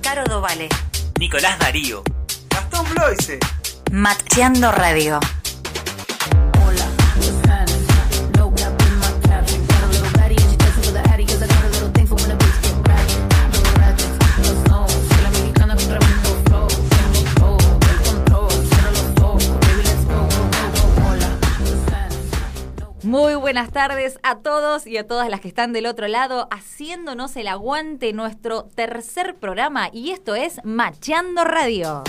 Caro Dovale. Nicolás Darío. Gastón Bloise. Mateando Radio. Muy buenas tardes a todos y a todas las que están del otro lado haciéndonos el aguante nuestro tercer programa y esto es Macheando Radio.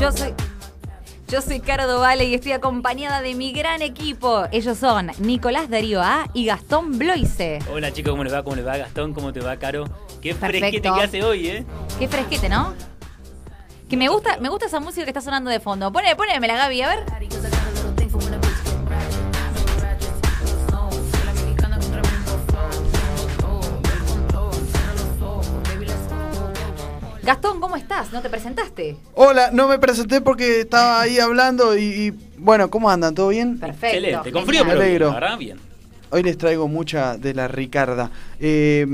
Yo soy yo soy Caro Dovale y estoy acompañada de mi gran equipo. Ellos son Nicolás Darío A y Gastón Bloise. Hola chicos, ¿cómo les va? ¿Cómo les va Gastón? ¿Cómo te va Caro? Qué Perfecto. fresquete que hace hoy, ¿eh? Qué fresquete, ¿no? Que me gusta, me gusta esa música que está sonando de fondo. Poneme, ponémela, Gaby, a ver. Gastón, ¿cómo estás? ¿No te presentaste? Hola, no me presenté porque estaba ahí hablando y, y, bueno, ¿cómo andan? ¿Todo bien? Perfecto. Excelente, con frío, pero Me bien, alegro. la verdad, bien. Hoy les traigo mucha de la Ricarda. Eh,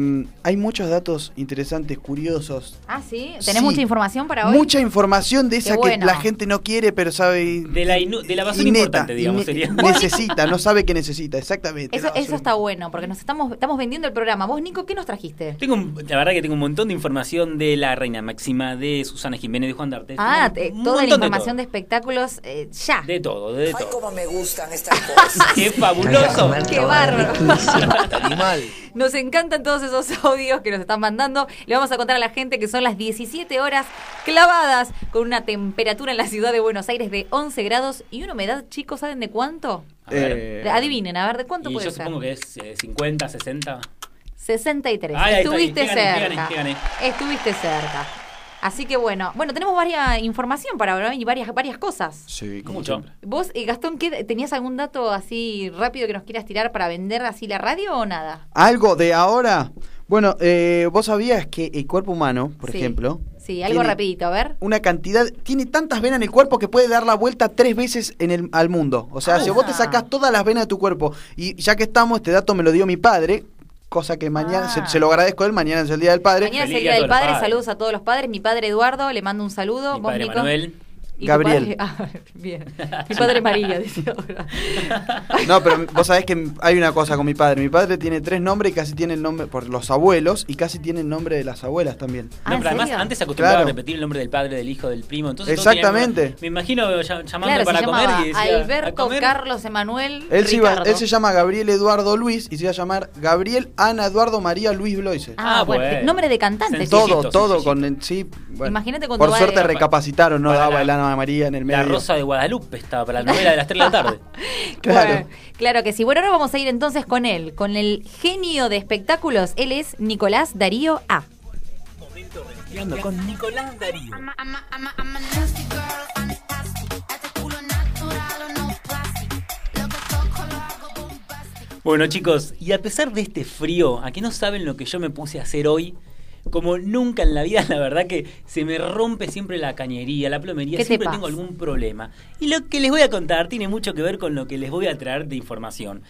hay muchos datos interesantes, curiosos. Ah, sí. ¿Tenés Sí. mucha información para hoy? Mucha información de esa Qué bueno. que la gente no quiere, pero sabe. De la inu- de la basura importante, digamos, sería. Necesita, no sabe que necesita, exactamente. Eso, la basura eso está bueno, porque nos estamos, estamos vendiendo el programa. Vos, Nico, ¿qué nos trajiste? Tengo, un- la verdad que tengo un montón de información de la Reina Máxima, de Susana Jiménez, de Juan D'Arte. Ah, un- te- un toda la montón información de, espectáculos eh, ya. todo. De todo, de Ay, todo. cómo me gustan estas cosas. ¡Qué fabuloso! ¡Qué bárbaro! Animal. Nos encantan todos esos audios que nos están mandando. Le vamos a contar a la gente que son las 17 horas clavadas con una temperatura en la ciudad de Buenos Aires de 11 grados y una humedad, chicos, ¿saben de cuánto? A ver. Eh, De- Adivinen, a ver, ¿de cuánto y puede yo ser? supongo que es eh, 50, 60. 63. Ay, ahí está, Estuviste ahí. Qué gané, cerca. qué gané, qué gané. Estuviste cerca. Así que bueno, bueno, tenemos varias información para ahora y varias, varias cosas. Sí, como Mucho. siempre. Vos, eh, Gastón, ¿qué, ¿tenías algún dato así rápido que nos quieras tirar para vender así la radio o nada? ¿Algo de ahora? Bueno, eh, vos sabías que el cuerpo humano, por Sí. ejemplo. Sí, algo tiene- rapidito, a ver. una cantidad, tiene tantas venas en el cuerpo que puede dar la vuelta tres veces en el, al mundo. O sea, Ah. si vos te sacás todas las venas de tu cuerpo, y ya que estamos, este dato me lo dio mi padre, cosa que mañana, Ah. se, se lo agradezco a él, mañana es el Día del Padre. Mañana es Feliz el día Día a del todos los Padre, padres. saludos a todos los padres. Mi padre Eduardo, le mando un saludo. Mi Vos, padre Nico. Manuel. Y tu Gabriel. padre- Ah, bien. Mi padre María, dice ahora. No, pero vos sabés que hay una cosa con mi padre. Mi padre tiene tres nombres y casi tiene el nombre por los abuelos y casi tiene el nombre de las abuelas también. Ah, No, ¿en pero además serio? antes se acostumbraba a Claro. repetir el nombre del padre, del hijo, del primo. Entonces todos tenían una- Exactamente. me imagino llam- llamando Claro, para se comer llamaba y decía, "¿A Alberto, comer?". Carlos, Emanuel, Él, se iba- Ricardo. él se llama Gabriel Eduardo Luis y se va a llamar Gabriel Ana Eduardo María Luis Bloise. Ah, Ah, bueno. bueno. Nombre de cantante. Sencillo. chicos. Todo, sencillito, todo sencillito. con el- sí. bueno. Imagínate cuando Por va suerte de- recapacitaron, no para daba la- el Ana María en el medio. La Rosa de Guadalupe estaba para la novela de las 3 de la tarde. Claro. Bueno, claro que sí. Bueno, ahora vamos a ir entonces con él, con el genio de espectáculos. Él es Nicolás Darío A. con Nicolás Darío. I'm a, I'm a, I'm a, I'm a nasty girl, I'm nasty. Este culo natural, no plastic. Lo que toco lo hago bombastic. Bueno, chicos, y a pesar de este frío, a que no saben lo que yo me puse a hacer hoy, como nunca en la vida, la verdad que se me rompe siempre la cañería, la plomería, ¿Qué te siempre pasa? tengo algún problema. Y lo que les voy a contar tiene mucho que ver con lo que les voy a traer de información.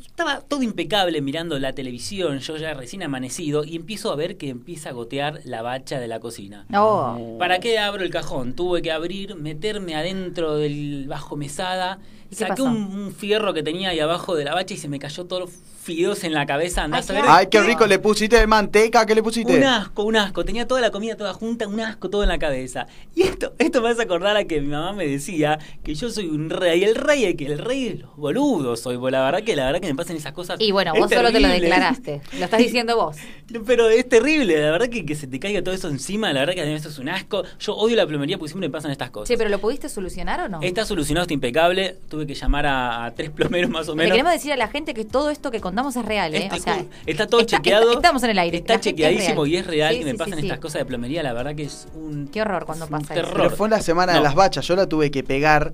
Estaba todo impecable mirando la televisión, yo ya recién amanecido, y empiezo a ver que empieza a gotear la bacha de la cocina. No. ¿Para qué abro el cajón? Tuve que abrir, meterme adentro del bajo mesada. ¿Y qué Saqué pasó? un, un fierro que tenía ahí abajo de la bacha y se me cayó todos los fideos en la cabeza. Andás Ay, a ver. claro. Ay, qué rico, le pusiste de manteca, ¿qué le pusiste? Un asco, un asco. Tenía toda la comida toda junta, un asco todo en la cabeza. Y esto, esto me hace acordar a que mi mamá me decía que yo soy un rey. El rey, es que el rey de los boludos soy. La verdad que la verdad que me pasan esas cosas. Y bueno, Mm. es vos solo te lo terrible. declaraste. Lo estás diciendo vos. Pero es terrible, la verdad que, que se te caiga todo eso encima, la verdad que eso es un asco. Yo odio la plomería porque siempre me pasan estas cosas. Che, pero ¿lo pudiste solucionar o no? Está solucionado, está impecable. Tuve que llamar a, a tres plomeros más o Le menos. queremos decir a la gente que todo esto que contamos es real, ¿eh? Este, O sea, está todo está- chequeado. está- estamos en el aire. Está La gente es chequeadísimo real. y es real Sí, que me sí, pasan sí, estas sí. cosas de plomería. La verdad que es un. qué horror cuando es un pasa eso. terror. Pero fue en la semana de No. las bachas, yo la tuve que pegar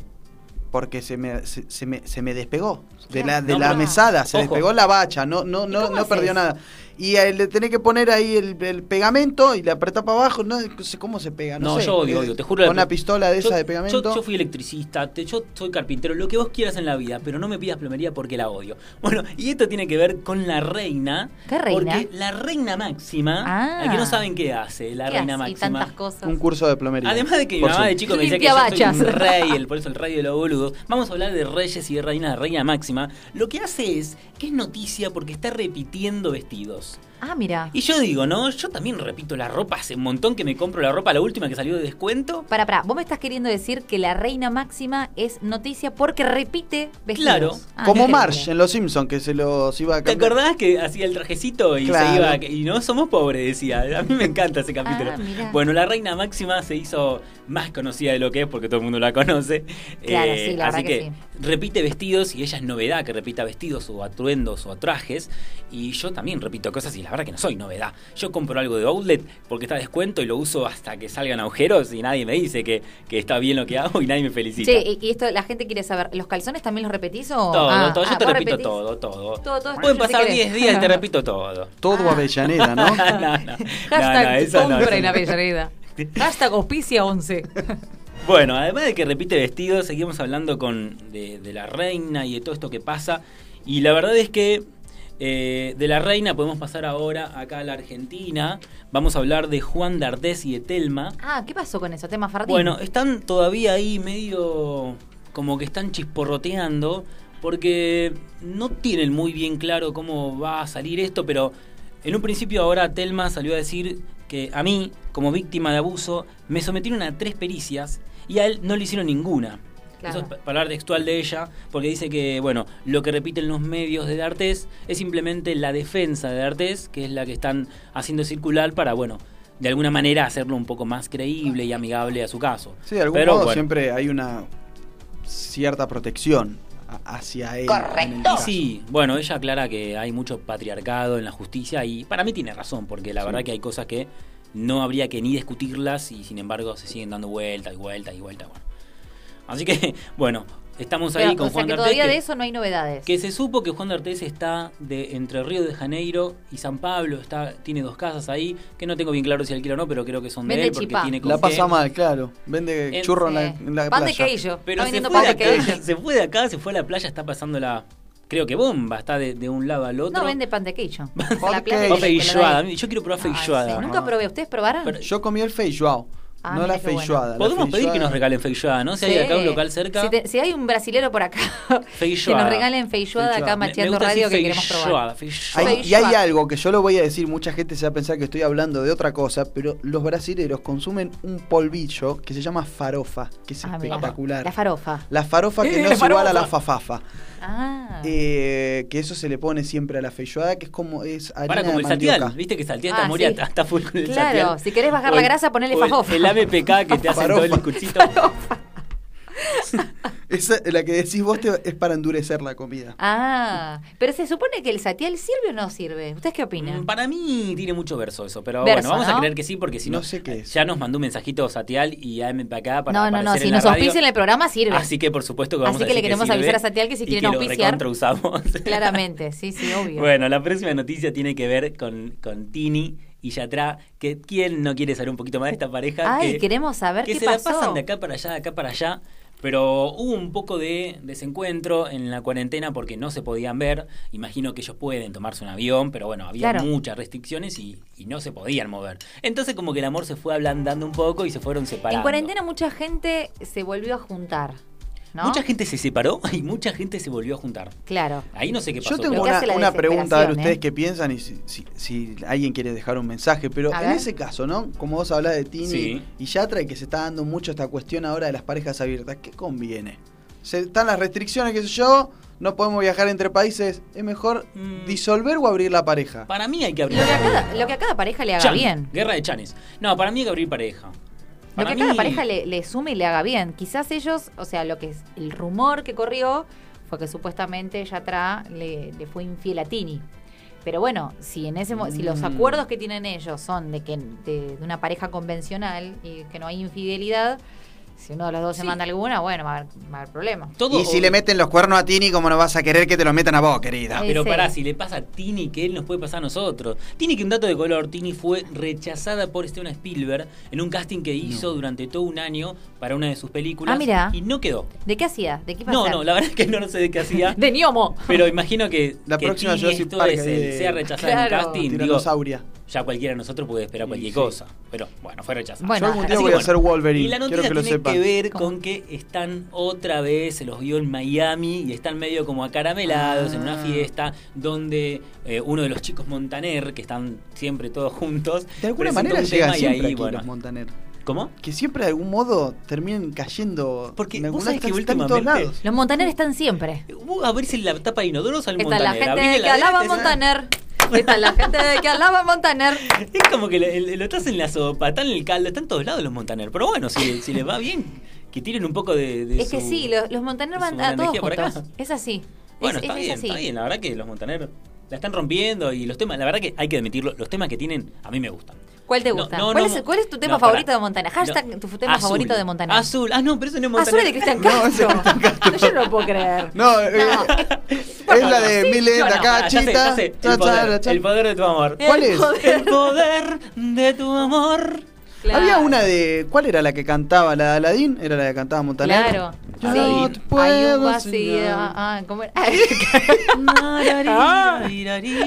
porque se me, se, se me, se me despegó de la, de No, la pero- mesada, se Ojo. despegó la bacha, no, no, no, cómo no perdió haces? nada. y eh, le tenés que poner ahí el, el pegamento y le apretás para abajo. No sé cómo se pega, no, No, sé. yo odio, Eh, odio, te juro. con Una pistola de Yo- esa de yo- pegamento. Yo, fui electricista, te- yo soy carpintero, lo que vos quieras en la vida, pero no me pidas plomería porque la odio. Bueno, y esto tiene que ver con la reina. ¿Qué reina? Porque la reina máxima, Ah. la que no saben qué hace, la ¿Qué reina hace? Y máxima. tantas cosas. Un curso de plomería. Además de que mi Por mamá su- de chico me decía que yo Limpia soy un bachas. rey, el- por eso el rey de los boludos. Vamos a hablar de reyes y de reina, reina máxima. Lo que hace es que es noticia porque está repitiendo vestidos. Ah, mira. Y yo digo, ¿no? Yo también repito la ropa. Hace un montón que me compro la ropa, la última que salió de descuento. Para, para, vos me estás queriendo decir que la reina máxima es noticia porque repite vestidos. Claro. Ah, Como qué Marge increíble. en Los Simpsons, que se los iba a ¿Te cambiar. acordás que hacía el trajecito y Claro. se iba? Y no somos pobres, decía. A mí me encanta ese capítulo. Ah, mirá. bueno, la reina máxima se hizo más conocida de lo que es porque todo el mundo la conoce. Eh, Claro, sí, la así verdad que sí. repite vestidos y ella es novedad que repita vestidos o atuendos o trajes. Y yo también repito cosas y la verdad que no soy novedad. Yo compro algo de outlet porque está a descuento y lo uso hasta que salgan agujeros y nadie me dice que, que está bien lo que hago y nadie me felicita. Che, y- y esto la gente quiere saber, ¿los calzones también los repetís o...? Todo, Ah, todo, yo ah, te vos repito repetís. todo, todo. Todo, todo, Pueden si pasar querés. 10 días y te repito todo. Todo Ah. Avellaneda, ¿no? no, no. Hashtag No, no, eso no, compra eso en no. Avellaneda. Hashtag auspicia 11. Bueno, además de que repite vestido, seguimos hablando con de, de la reina y de todo esto que pasa. Y la verdad es que eh, de la reina podemos pasar ahora acá a la Argentina. Vamos a hablar de Juan D'Artés y de Telma. Ah, ¿qué pasó con eso? Tema Fardín. Bueno, están todavía ahí medio como que están chisporroteando porque no tienen muy bien claro cómo va a salir esto, pero en un principio ahora Telma salió a decir que a mí, como víctima de abuso, me sometieron a tres pericias y a él no le hicieron ninguna. Claro. Eso es pa- palabra textual de ella, porque dice que, bueno, lo que repiten los medios de D'Artés es simplemente la defensa de D'Artés, que es la que están haciendo circular para, bueno, de alguna manera hacerlo un poco más creíble y amigable a su caso. Sí, de algún Pero, modo bueno. siempre hay una cierta protección a- hacia él. Correcto. en el Y caso. Sí, bueno, ella aclara que hay mucho patriarcado en la justicia y para mí tiene razón, porque la verdad que hay cosas que no habría que ni discutirlas y sin embargo se siguen dando vuelta y vuelta y vuelta. Bueno. Así que, bueno, estamos ahí Pero, con o sea Juan que D'Artés, todavía que- de eso no hay novedades. Que se supo que Juan de Artes está de entre Río de Janeiro y San Pablo, está, tiene dos casas ahí, que no tengo bien claro si alquila o no, pero creo que son de Vende él porque chipá. tiene con La qué. pasa mal, claro. Vende En- churro en la, Sí. en la pan playa. de queillo. Pero está se vendiendo fue, pan de de acá, queillo. se fue de acá, se fue a la playa, está pasando la, creo que bomba, está de, de un lado al otro. No vende pan de queijo. de O queijo. feijoada, yo quiero probar Ay, feijoada. sí, Nunca probé. ¿Ustedes probaron? Pero- Yo comí el feijoao, Ah, no mira la qué bueno. feijoada. la Podemos pedir que feijoada- nos regalen feijoada, ¿no? Si hay Sí. acá un local cerca, Si, te- si hay un brasilero por acá, que feijoada. nos regalen feijoada Feijoada. acá Me- me macheando gusta decir radio que queremos probar. feijoada, feijoada. Hay- y hay algo que yo lo voy a decir, mucha gente se va a pensar que estoy hablando de otra cosa, pero los brasileros consumen un polvillo que se llama farofa, que es Ah, mira. espectacular. La farofa. La farofa que no es igual a la fafafa. Ah. Eh, que eso se le pone siempre a la feijoada, que es como es harina Para como de el mandioca. saltial, viste que saltial está Ah, moria, sí. está- está full con el Claro, saltial. si querés bajar O la el- grasa, ponele o el- fajofa. El AMPK que te hace todo el Farofa. discursito. Esa, la que decís vos te- es para endurecer la comida. Ah, pero se supone que el satiel sirve o no sirve. ¿Ustedes qué opinan? Mm, Para mí tiene mucho verso eso, pero Verso, bueno, vamos a ¿no? creer que sí, porque si no, No sé qué es. ya nos mandó un mensajito Satial y AMPK para no, no, no. aparecer Si en la nos radio. Ah, auspician el programa, sirve. Así que por supuesto que vamos Así a que le decir queremos sirve avisar a Satial que si y quieren que lo auspiciar. recontra usamos. Claramente, sí, sí, obvio. Bueno, la próxima noticia tiene que ver con, con Tini y Yatra, que quién no quiere saber un poquito más de esta pareja. Ay, que, queremos saber que qué se pasó. la pasan de acá para allá, de acá para allá. Pero hubo un poco de desencuentro en la cuarentena porque no se podían ver. Imagino que ellos pueden tomarse un avión, pero bueno, había Claro. muchas restricciones y, y no se podían mover. Entonces como que el amor se fue ablandando un poco y se fueron separando. En cuarentena mucha gente se volvió a juntar, ¿no? Mucha gente se separó y mucha gente se volvió a juntar. Claro. Ahí no sé qué pasó. Yo tengo Lo que una, hace la una pregunta a ver desesperación, ustedes ¿eh? qué piensan y si, si- si alguien quiere dejar un mensaje, pero A en ver. ese caso, ¿no? Como vos hablás de Tini Sí. y Yatra y que se está dando mucho esta cuestión ahora de las parejas abiertas, ¿qué conviene? Se, están las restricciones, qué sé yo, no podemos viajar entre países, ¿es mejor Mm. disolver o abrir la pareja? Para mí hay que abrir Lo que, a cada, lo que a cada pareja le haga Chan, bien. Guerra de chanes. No, para mí hay que abrir pareja. Lo Para que a mí- cada pareja le, le sume y le haga bien. Quizás ellos, o sea, lo que es el rumor que corrió fue que supuestamente Yatra le, le fue infiel a Tini. Pero bueno, si en ese mo- si los Mm. acuerdos que tienen ellos son de que de, de una pareja convencional y que no hay infidelidad, Si uno de los dos se manda alguna, bueno, va a haber, va a haber problema. Todo y si le meten los cuernos a Tini, ¿cómo no vas a querer que te los metan a vos, querida? Ah, Sí, pero sí. pará, si le pasa a Tini, que él nos puede pasar a nosotros. Tini, que un dato de color, Tini fue rechazada por Steven Spielberg en un casting que hizo durante todo un año para una de sus películas. Ah, mirá. Y no quedó. ¿De qué hacía? ¿De qué No, pasaba? no, la verdad es que no, no sé de qué hacía. De Niomo. Pero imagino que, La que próxima Tini Jurassic esto Park, es el- eh, sea rechazada en claro. un casting. Digo, Tiranosauria. ya cualquiera de nosotros puede esperar Y cualquier sí. cosa. Pero bueno, fue rechazada. Bueno, Yo algún día así voy que a ser Wolverine. Y la noticia quiero que lo tiene sepan. que ver ¿Cómo? con que están otra vez, se los vio en Miami y están medio como acaramelados en una Ah. fiesta donde eh, uno de los chicos Montaner, que están siempre todos juntos, De alguna presenta manera un llega tema y siempre ahí, aquí bueno, los Montaner. ¿Cómo? Que siempre de algún modo terminan cayendo. Porque en vos alguna- sabés que están- están en todos últimamente- lados. Los Montaner están siempre. Vos abrís la tapa de inodoro sale Está la Montaner. abrís gente que la alaba a heladera, Montaner. Está la gente que alaba a Montaner. te- Es como que le- le- lo estás en la sopa, están en el caldo, están en todos lados los Montaner. Pero bueno, si, si les va bien, que tiren un poco de, de Es que su- sí, los, los Montaner de van su a todos energía por acá. juntos. Es así. Bueno, es, está es- es bien, así. está bien. La verdad que los Montaner la están rompiendo y los temas, la verdad que hay que admitirlo, los temas que tienen a mí me gustan. ¿Cuál te No, gusta? no, ¿Cuál, no, es, cuál es tu tema no, pará. favorito de Montaner? Hashtag No, tu tema azul. favorito de Montaner. Azul, ah no, pero eso no es Montaner. Azul es de Cristian Castro. Yo no lo puedo creer. No, eh, es la de Sí, Mile yo no. la Ah, ya sé, ya cachita. sé, cha, el, cha, poder, cha. el poder de tu amor. ¿Cuál El es? poder- El poder de tu amor. Claro. Había una de. ¿Cuál era la que cantaba? ¿La de Aladín? Era la que cantaba Montaner. Claro. Yo Sí. no te Hay un puedo vacío. enseñar. Ah, ¿cómo era?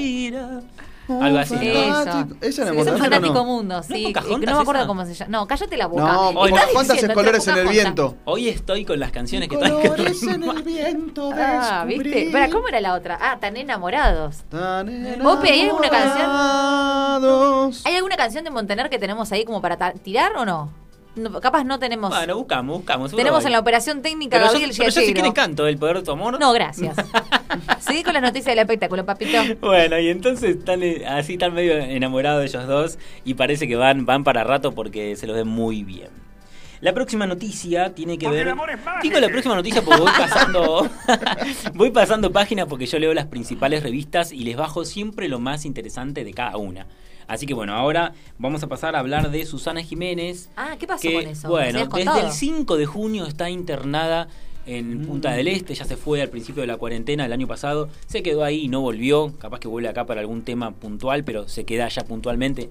Algo así, ¿no? Eso. Fantástico. Esa era Sí, Montaner, Es ¿o un fantástico no? mundo, ¿No es sí. Pocahontas no me acuerdo esa? cómo se llama. No, cállate la boca. No, Hoy porque no. Estás ¿cuántas diciendo, colores en el Pocahontas. viento? Hoy estoy con las canciones que están Colores en el viento. Ah, ¿viste? descubrí. Espera, ¿cómo era la otra? Ah, tan enamorados. Tan Pope, ¿hay alguna canción? enamorados. ¿Hay alguna canción de Montaner que tenemos ahí como para ta- tirar o no? No, Capaz no tenemos. Bueno, buscamos, buscamos. seguro tenemos hay. en la operación técnica Pero yo, Gabriel pero yo si Giallero. quieren canto el poder de tu amor. No, gracias. Seguí con las noticias del espectáculo, papito. Bueno, y entonces están eh, así están medio enamorados ellos dos y parece que van, van para rato porque se los ve muy bien. La próxima noticia tiene que ver. Digo la próxima noticia porque voy pasando, voy pasando páginas porque yo leo las principales revistas y les bajo siempre lo más interesante de cada una. Así que bueno, ahora vamos a pasar a hablar de Susana Jiménez, Ah, ¿qué pasó que, con eso? ¿Nos Bueno, habías desde contado? el 5 de junio está internada en Punta del Este, ya se fue al principio de la cuarentena del año pasado, se quedó ahí y no volvió, capaz que vuelve acá para algún tema puntual, pero se queda allá puntualmente.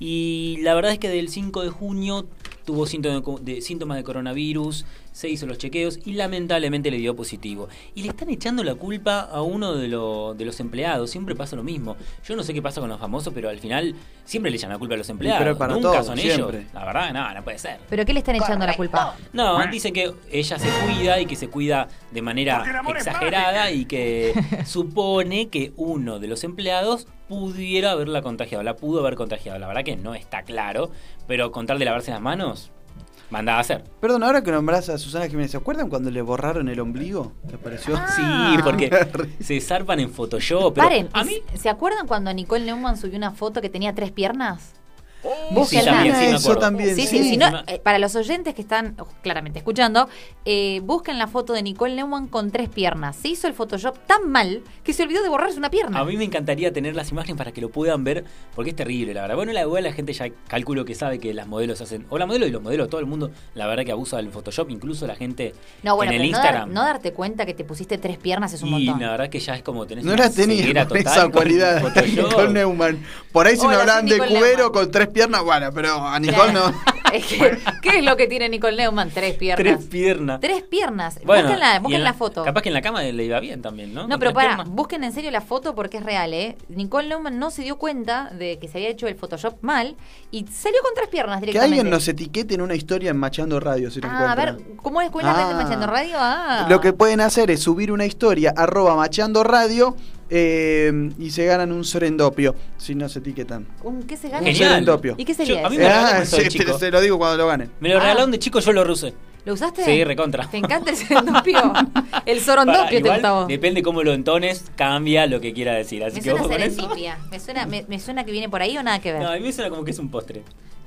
Y la verdad es que del 5 de junio tuvo síntoma de- síntomas de coronavirus, se hizo los chequeos y lamentablemente le dio positivo. Y le están echando la culpa a uno de, lo- de los empleados, siempre pasa lo mismo. Yo no sé qué pasa con los famosos, pero al final siempre le echan la culpa a los empleados. pero es para Nunca todo, son siempre. ellos. La verdad, no, no puede ser. ¿Pero qué le están echando la culpa? No, dice que ella se cuida y que se cuida de manera exagerada y que supone que uno de los empleados pudiera haberla contagiado, la pudo haber contagiado. La verdad que no está claro, pero con tal de lavarse las manos, mandaba a hacer. Perdón, ahora que nombrás a Susana Jiménez, ¿se acuerdan cuando le borraron el ombligo? ¿Te pareció? Ah, Sí, porque se zarpan en Photoshop. Pero Paren, a mí ¿se acuerdan cuando Nicole Neumann subió una foto que tenía tres piernas? Vos Sí, también, tenés sí, me eso acuerdo. también. Sí, Sí, sí, sí. si no, Encima- eh, para los oyentes que están oh, claramente escuchando, eh, busquen la foto de Nicole Neumann con tres piernas. Se hizo el Photoshop tan mal que se olvidó de borrarse una pierna. A mí me encantaría tener las imágenes para que lo puedan ver, porque es terrible, la verdad. Bueno, la igual la gente ya calculo que sabe que las modelos hacen, o la modelo y los modelos, todo el mundo, la verdad que abusa del Photoshop, incluso la gente no, bueno, en pero el no, dar- Instagram. no darte cuenta que te pusiste tres piernas es un y montón. la verdad que ya es como tenés No una la tenía ceguera con total esa con cualidad Photoshop. Nicole Neumann. Por ahí si Hola, no soy hablan de Nicole cubero Neumann. con tres piernas, bueno, pero a Nicole no. Es que, ¿Qué es lo que tiene Nicole Neumann? Tres piernas. Tres piernas. Tres piernas. Bueno, busquen la, y busquen en la foto. Capaz que en la cama le iba bien también, ¿no? No, Con pero tres para, piernas. busquen en serio la foto porque es real, ¿eh? Nicole Neumann no se dio cuenta de que se había hecho el Photoshop mal y salió con tres piernas Que directamente. alguien nos etiquete en una historia en Machando Radio si lo Ah, a encuentra. ver, ¿cómo es cuál es la red de Ah. Machando Radio? Ah. Lo que pueden hacer es subir una historia, arroba machando radio, eh, y se ganan un serendopio, si no se etiquetan. Un- ¿Qué se gana? Un Genial. serendopio. ¿Y qué sería Yo- a mí eso? me regalaron eso de sí, chico. te- se lo digo cuando lo ganen. Me lo Ah. regalaron de chico, yo lo rusé. ¿Lo usaste? Sí, recontra. ¿Te encanta el serendopio? el Para, sorondopio te igual, gustaba. Depende cómo lo entones, cambia lo que quiera decir. Así Me que suena ojo con eso. serendipia. Me suena, me, me suena que viene por ahí o nada que ver. No, a mí me suena como que es un postre.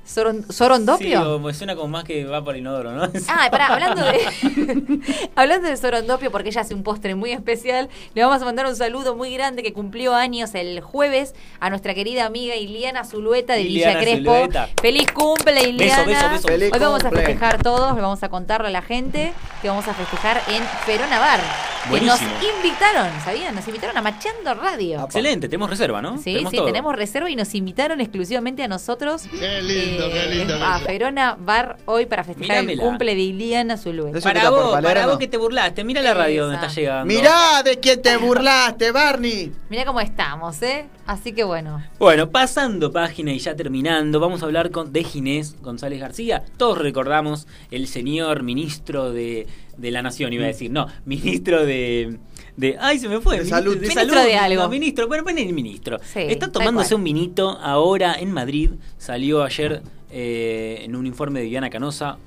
Soron- ¿Sorondopio? Sí, o me suena como más que va por inodoro, ¿no? Ah, pará, hablando de, hablando de Sorondopio, porque ella hace un postre muy especial, le vamos a mandar un saludo muy grande que cumplió años el jueves a nuestra querida amiga Iliana Zulueta de Iliana Villa Crespo. Zulueta. Feliz cumple, Iliana. beso, beso. Feliz Hoy vamos a cumple. festejar todos, le vamos a contarle a la gente que vamos a festejar en Perona Bar. Que nos Buenísimo. invitaron, ¿sabían? Nos invitaron a Macheando Radio. Excelente, tenemos reserva, ¿no? Ah. Sí, sí, todo. tenemos reserva y nos invitaron exclusivamente a nosotros. Qué lindo, eh, qué lindo. que A sea. Verona Bar hoy para festejar Míramela. el cumple de Iliana Zulueta. Eso que Para está por vos, Palermo. para vos que te burlaste, mira la radio donde Esa. estás llegando. Mirá de quién te burlaste, Barney. Mirá cómo estamos, ¿eh? Así que bueno. Bueno, pasando página y ya terminando, vamos a hablar con, de Ginés González García. Todos recordamos el señor ministro de, de la Nación, iba a decir. No, ministro de... de ay, se me fue. De ministro- salud. Ministro de algo. no, ministro, bueno, ponen el ministro. Sí, Está tal tomándose cual. un vinito ahora en Madrid. Salió ayer eh, en un informe de Viviana Canosa.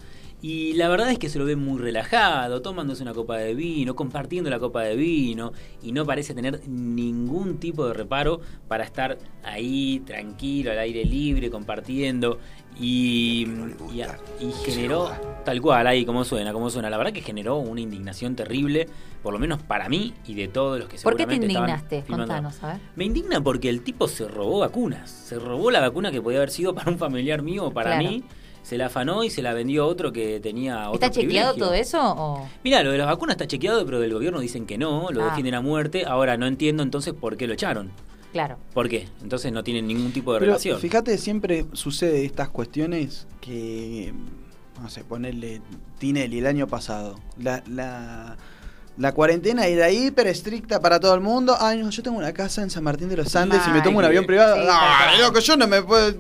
Y la verdad es que se lo ve muy relajado, tomándose una copa de vino, compartiendo la copa de vino, y no parece tener ningún tipo de reparo para estar ahí tranquilo, al aire libre, compartiendo. Y, y, y generó, tal cual, ahí como suena, como suena. La verdad que generó una indignación terrible, por lo menos para mí y de todos los que ¿Por qué te seguramente estaban indignaste? filmando. Contanos, a ver. Me indigna porque el tipo se robó vacunas. Se robó la vacuna que podía haber sido para un familiar mío o para Claro. mí. Se la afanó y se la vendió a otro que tenía otro ¿Está chequeado privilegio. todo eso? o- Mira, lo de las vacunas está chequeado, pero del gobierno dicen que no, lo Ah. defienden a muerte. Ahora no entiendo entonces por qué lo echaron. Claro. ¿Por qué? Entonces no tienen ningún tipo de Pero relación. fíjate, siempre sucede estas cuestiones que, no sé, ponerle Tinelli el año pasado. La, la, la cuarentena era hiper estricta para todo el mundo. Ay, no, yo tengo una casa en San Martín de los Andes y me Ay, tomo un avión sí, privado. tal Ay, cual. loco, yo no me puedo...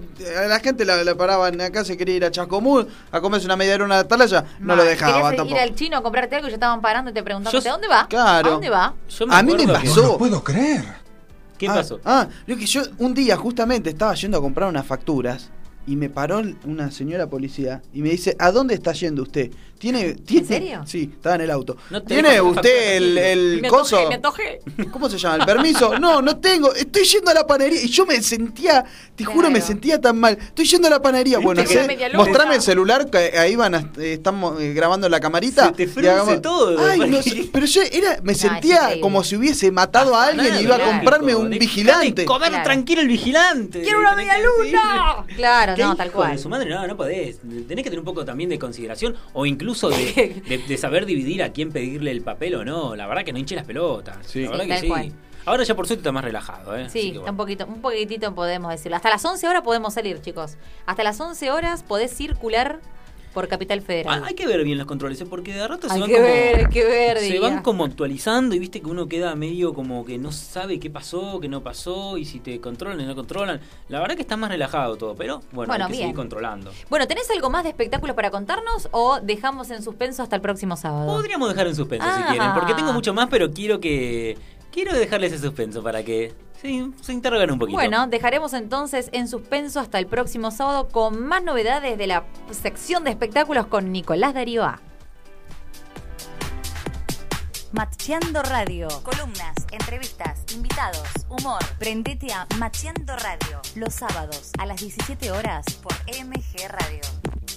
A la gente la, la paraban acá, se quería ir a Chascomún a comerse una media luna de atalaya. No lo Mal. dejaban Querías tampoco. ir al chino a comprarte algo y ya estaban parando y te preguntaban, Yo- ¿de dónde va? Claro. ¿A dónde va? Yo A mí me acuerdo que- pasó. No puedo creer. ¿Qué Ah, pasó? Ah, lo que yo un día justamente estaba yendo a comprar unas facturas y me paró una señora policía y me dice, ¿a dónde está yendo usted? ¿Tiene, tiene serio? Sí, estaba en el auto. No te ¿Tiene dejo la factura, usted el, el me coso? antojé, me antojé. ¿Cómo se llama? ¿El permiso? No, no tengo. Estoy yendo a la panadería. Y yo me sentía, te juro, me Claro. sentía tan mal. Estoy yendo a la panadería. Bueno, quedó sé, media luna. mostrame el celular, que ahí van, a- eh, estamos eh, grabando la camarita. Se te y frunce hagamos- todo, Ay, no porque- sé, pero yo era, me es sentía increíble. como si hubiese matado Ah, a alguien y iba a Claro. comprarme un Dejá vigilante. De comer Claro. tranquilo el vigilante. ¡Quiero una Tenés media que decir- luna! Claro, ¿Qué no, hijo tal cual. De su madre, no, no podés. Tenés que tener un poco también de consideración o incluso de, de- de saber dividir a quién pedirle el papel o no. La verdad que no hinche las pelotas. Sí. La verdad Sí, que tal sí. cual. Ahora ya por suerte está más relajado, ¿eh? Así Sí, que bueno. un poquito, un poquitito podemos decirlo. Hasta las 11 horas podemos salir, chicos. Hasta las 11 horas podés circular por Capital Federal. Ah, hay que ver bien los controles, ¿eh? porque de rato se Hay van que como. ver, hay que ver, se diría. van como actualizando y viste que uno queda medio como que no sabe qué pasó, qué no pasó, y si te controlan y no controlan. La verdad que está más relajado todo, pero bueno, Bueno, hay que bien. seguir controlando. Bueno, ¿tenés algo más de espectáculos para contarnos o dejamos en suspenso hasta el próximo sábado? Podríamos dejar en suspenso si Ah. quieren, porque tengo mucho más, pero quiero que. Quiero dejarles ese suspenso para que se, se interroguen un poquito. Bueno, dejaremos entonces en suspenso hasta el próximo sábado con más novedades de la sección de espectáculos con Nicolás Darío A. Macheando Radio. Columnas, entrevistas, invitados, humor. Prendete a Macheando Radio. Los sábados a las 17 horas por MG Radio.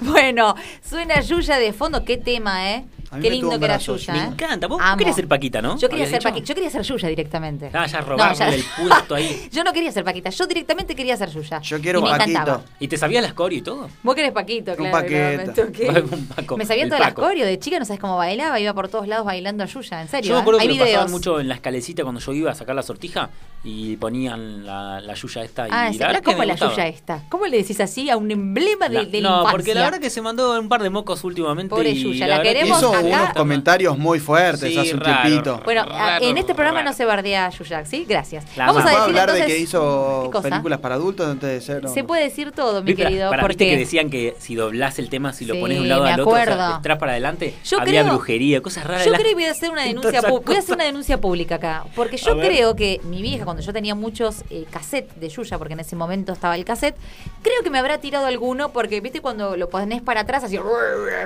Bueno, suena Yuya de fondo, qué tema, ¿eh? A mí Qué me lindo tuvo que era embarazo, Yuya, me ¿eh? encanta. Vos Amo. querías ser Paquita, ¿no? Yo quería Habías ser dicho. Paquita, yo quería ser Yuya directamente. Ah, ya robarle el puesto ahí. Yo no quería ser Paquita, yo directamente quería ser Yuya. Yo quiero Y me un Paquito. encantaba. ¿Y te sabías las core y todo? Vos querés Paquito, Un claro. Paqueta. claramente, ok. Un Paco, Me sabía el todas las Paco. coreo de chica, no sabes cómo bailaba, iba por todos lados bailando a Yuya, en serio. Yo me ¿eh? acuerdo Hay que lo videos. pasaban mucho en la escalecita cuando yo iba a sacar la sortija. y ponían la, la yuya esta. Y Ah, la sí, verdad pero que ¿cómo me la gustaba. suya esta? ¿Cómo le decís así a un emblema de, La- de la no, infancia? porque la verdad que se mandó un par de mocos últimamente. Pobre y Yuya, la verdad que- queremos Hizo acá. unos comentarios muy fuertes Sí, hace un raro, tiempito. Bueno, a- Raro, en este programa raro. no se bardea a Yuyak, ¿sí? Gracias. La ¿Se Vamos amamos. puede a decir hablar entonces... de que hizo ¿Qué cosa? películas para adultos antes de ser? Se puede decir todo, mi Para- querido, para, porque... viste que decían que si doblás el tema, si lo Sí, pones de un lado me al otro, o sea, acuerdo. atrás para adelante, Yo había creo- brujería, cosas raras. Yo La- creo que voy a hacer una denuncia Todas esas pública. Voy a hacer cosas. una denuncia pública acá. Porque A yo ver. creo que mi vieja, cuando yo tenía muchos eh, cassettes de Yuya, porque en ese momento estaba el cassette, creo que me habrá tirado alguno, porque viste cuando lo ponés para atrás, así.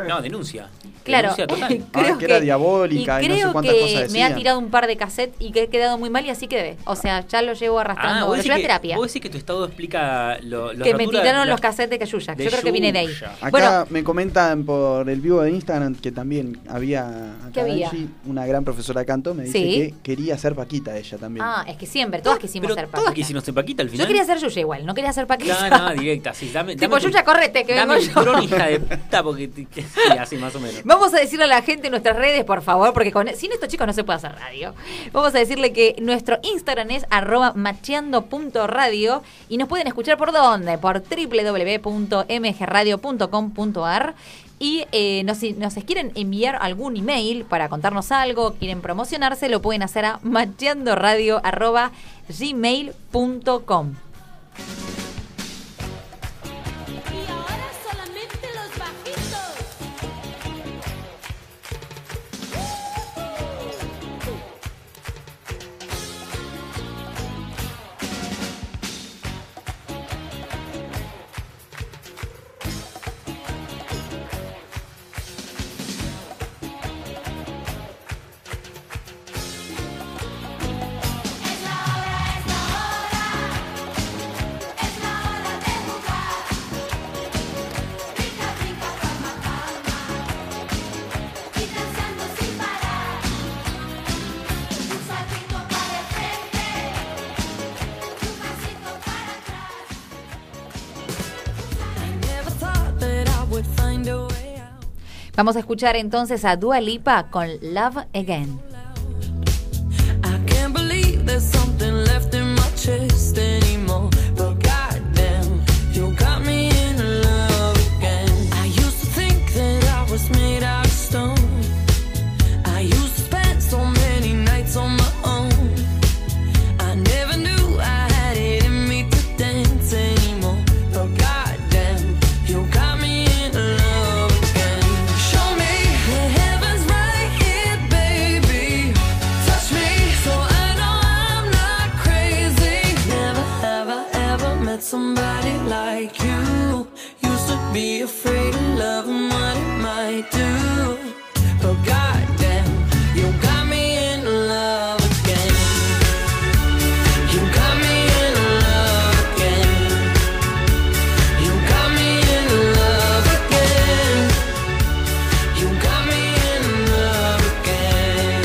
No, denuncia. Claro, Denuncia total. Ah, que era diabólica y y no sé creo cuántas que cosas me ha decían. tirado un par de cassettes y que he quedado muy mal y así quedé. O sea, ya lo llevo arrastrando. Ah, lo vos decís, llevo a que, terapia. vos decís que tu estado explica lo, los Que me roturas- tiraron las- los cassettes de Yuya. de Yo creo que viene de ahí. Yuya. Acá Bueno, me comentan por el vivo de Instagram que también había, acá ¿Qué había? Angie, una gran profesora de canto, me dice Sí. que quería ser Paquita ella también. ah, es que siempre, todas quisimos Pero ser Todas Paquita. quisimos ser Paquita al final. Yo quería ser Yuya igual, no quería ser Paquita. No, no, directa, sí, dame. Tipo, dame tu- Yuya, correte, que vengo dame yo. tu cron, hija de puta, porque te- te- sí, así más o menos. Vamos a decirle a la gente en nuestras redes, por favor, porque con, sin estos chicos no se puede hacer radio. Vamos a decirle que nuestro Instagram es arroba macheando.radio y nos pueden escuchar por dónde? Por www.mgradio.com.ar y eh, nos, si nos quieren enviar algún email para contarnos algo, quieren promocionarse, lo pueden hacer a macheandoradio.gmail.com. Y ahora solamente los bajitos. Y danzando sin parar, un saltito para el frente, un pasito para atrás. Vamos a escuchar entonces a Dua Lipa con Love Again. I can't believe there's something left in my chest anymore. But goddamn, you got me in love again. I used to think that I was made out of stone. I used to spend so many nights on my own. I never knew I had it in me to dance anymore. But goddamn, you got me in love again. Show me that heaven's right here, baby. Touch me so I know I'm not crazy. Never have I ever met somebody like you. Used to be afraid of love and what it might do. But goddamn, you got me in love again. You got me in love again. You got me in love again. You got me in love again.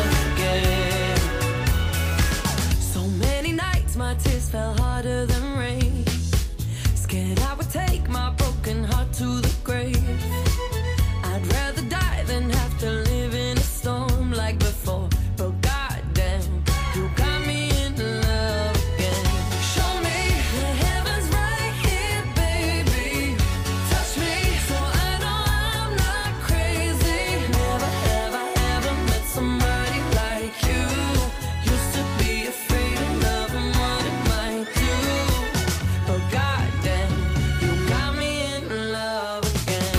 Again. So many nights my tears fell harder than rain. Scared I would take my broken heart to the grave. I'd rather die than have to live in a storm like before. But goddamn, you got me in love again. Show me that heaven's right here, baby. Touch me so I know I'm not crazy. Never have I ever met somebody like you. Used to be afraid of love and what it might do. But goddamn, you got me in love again.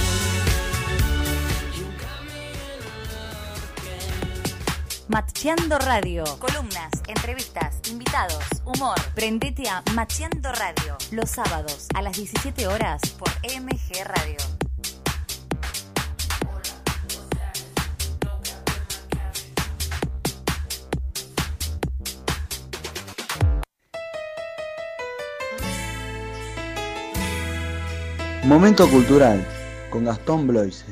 Macheando Radio. Columnas, entrevistas, invitados, humor. Prendete a Macheando Radio. Los sábados a las 17 horas por MG Radio. Momento cultural con Gastón Bloise.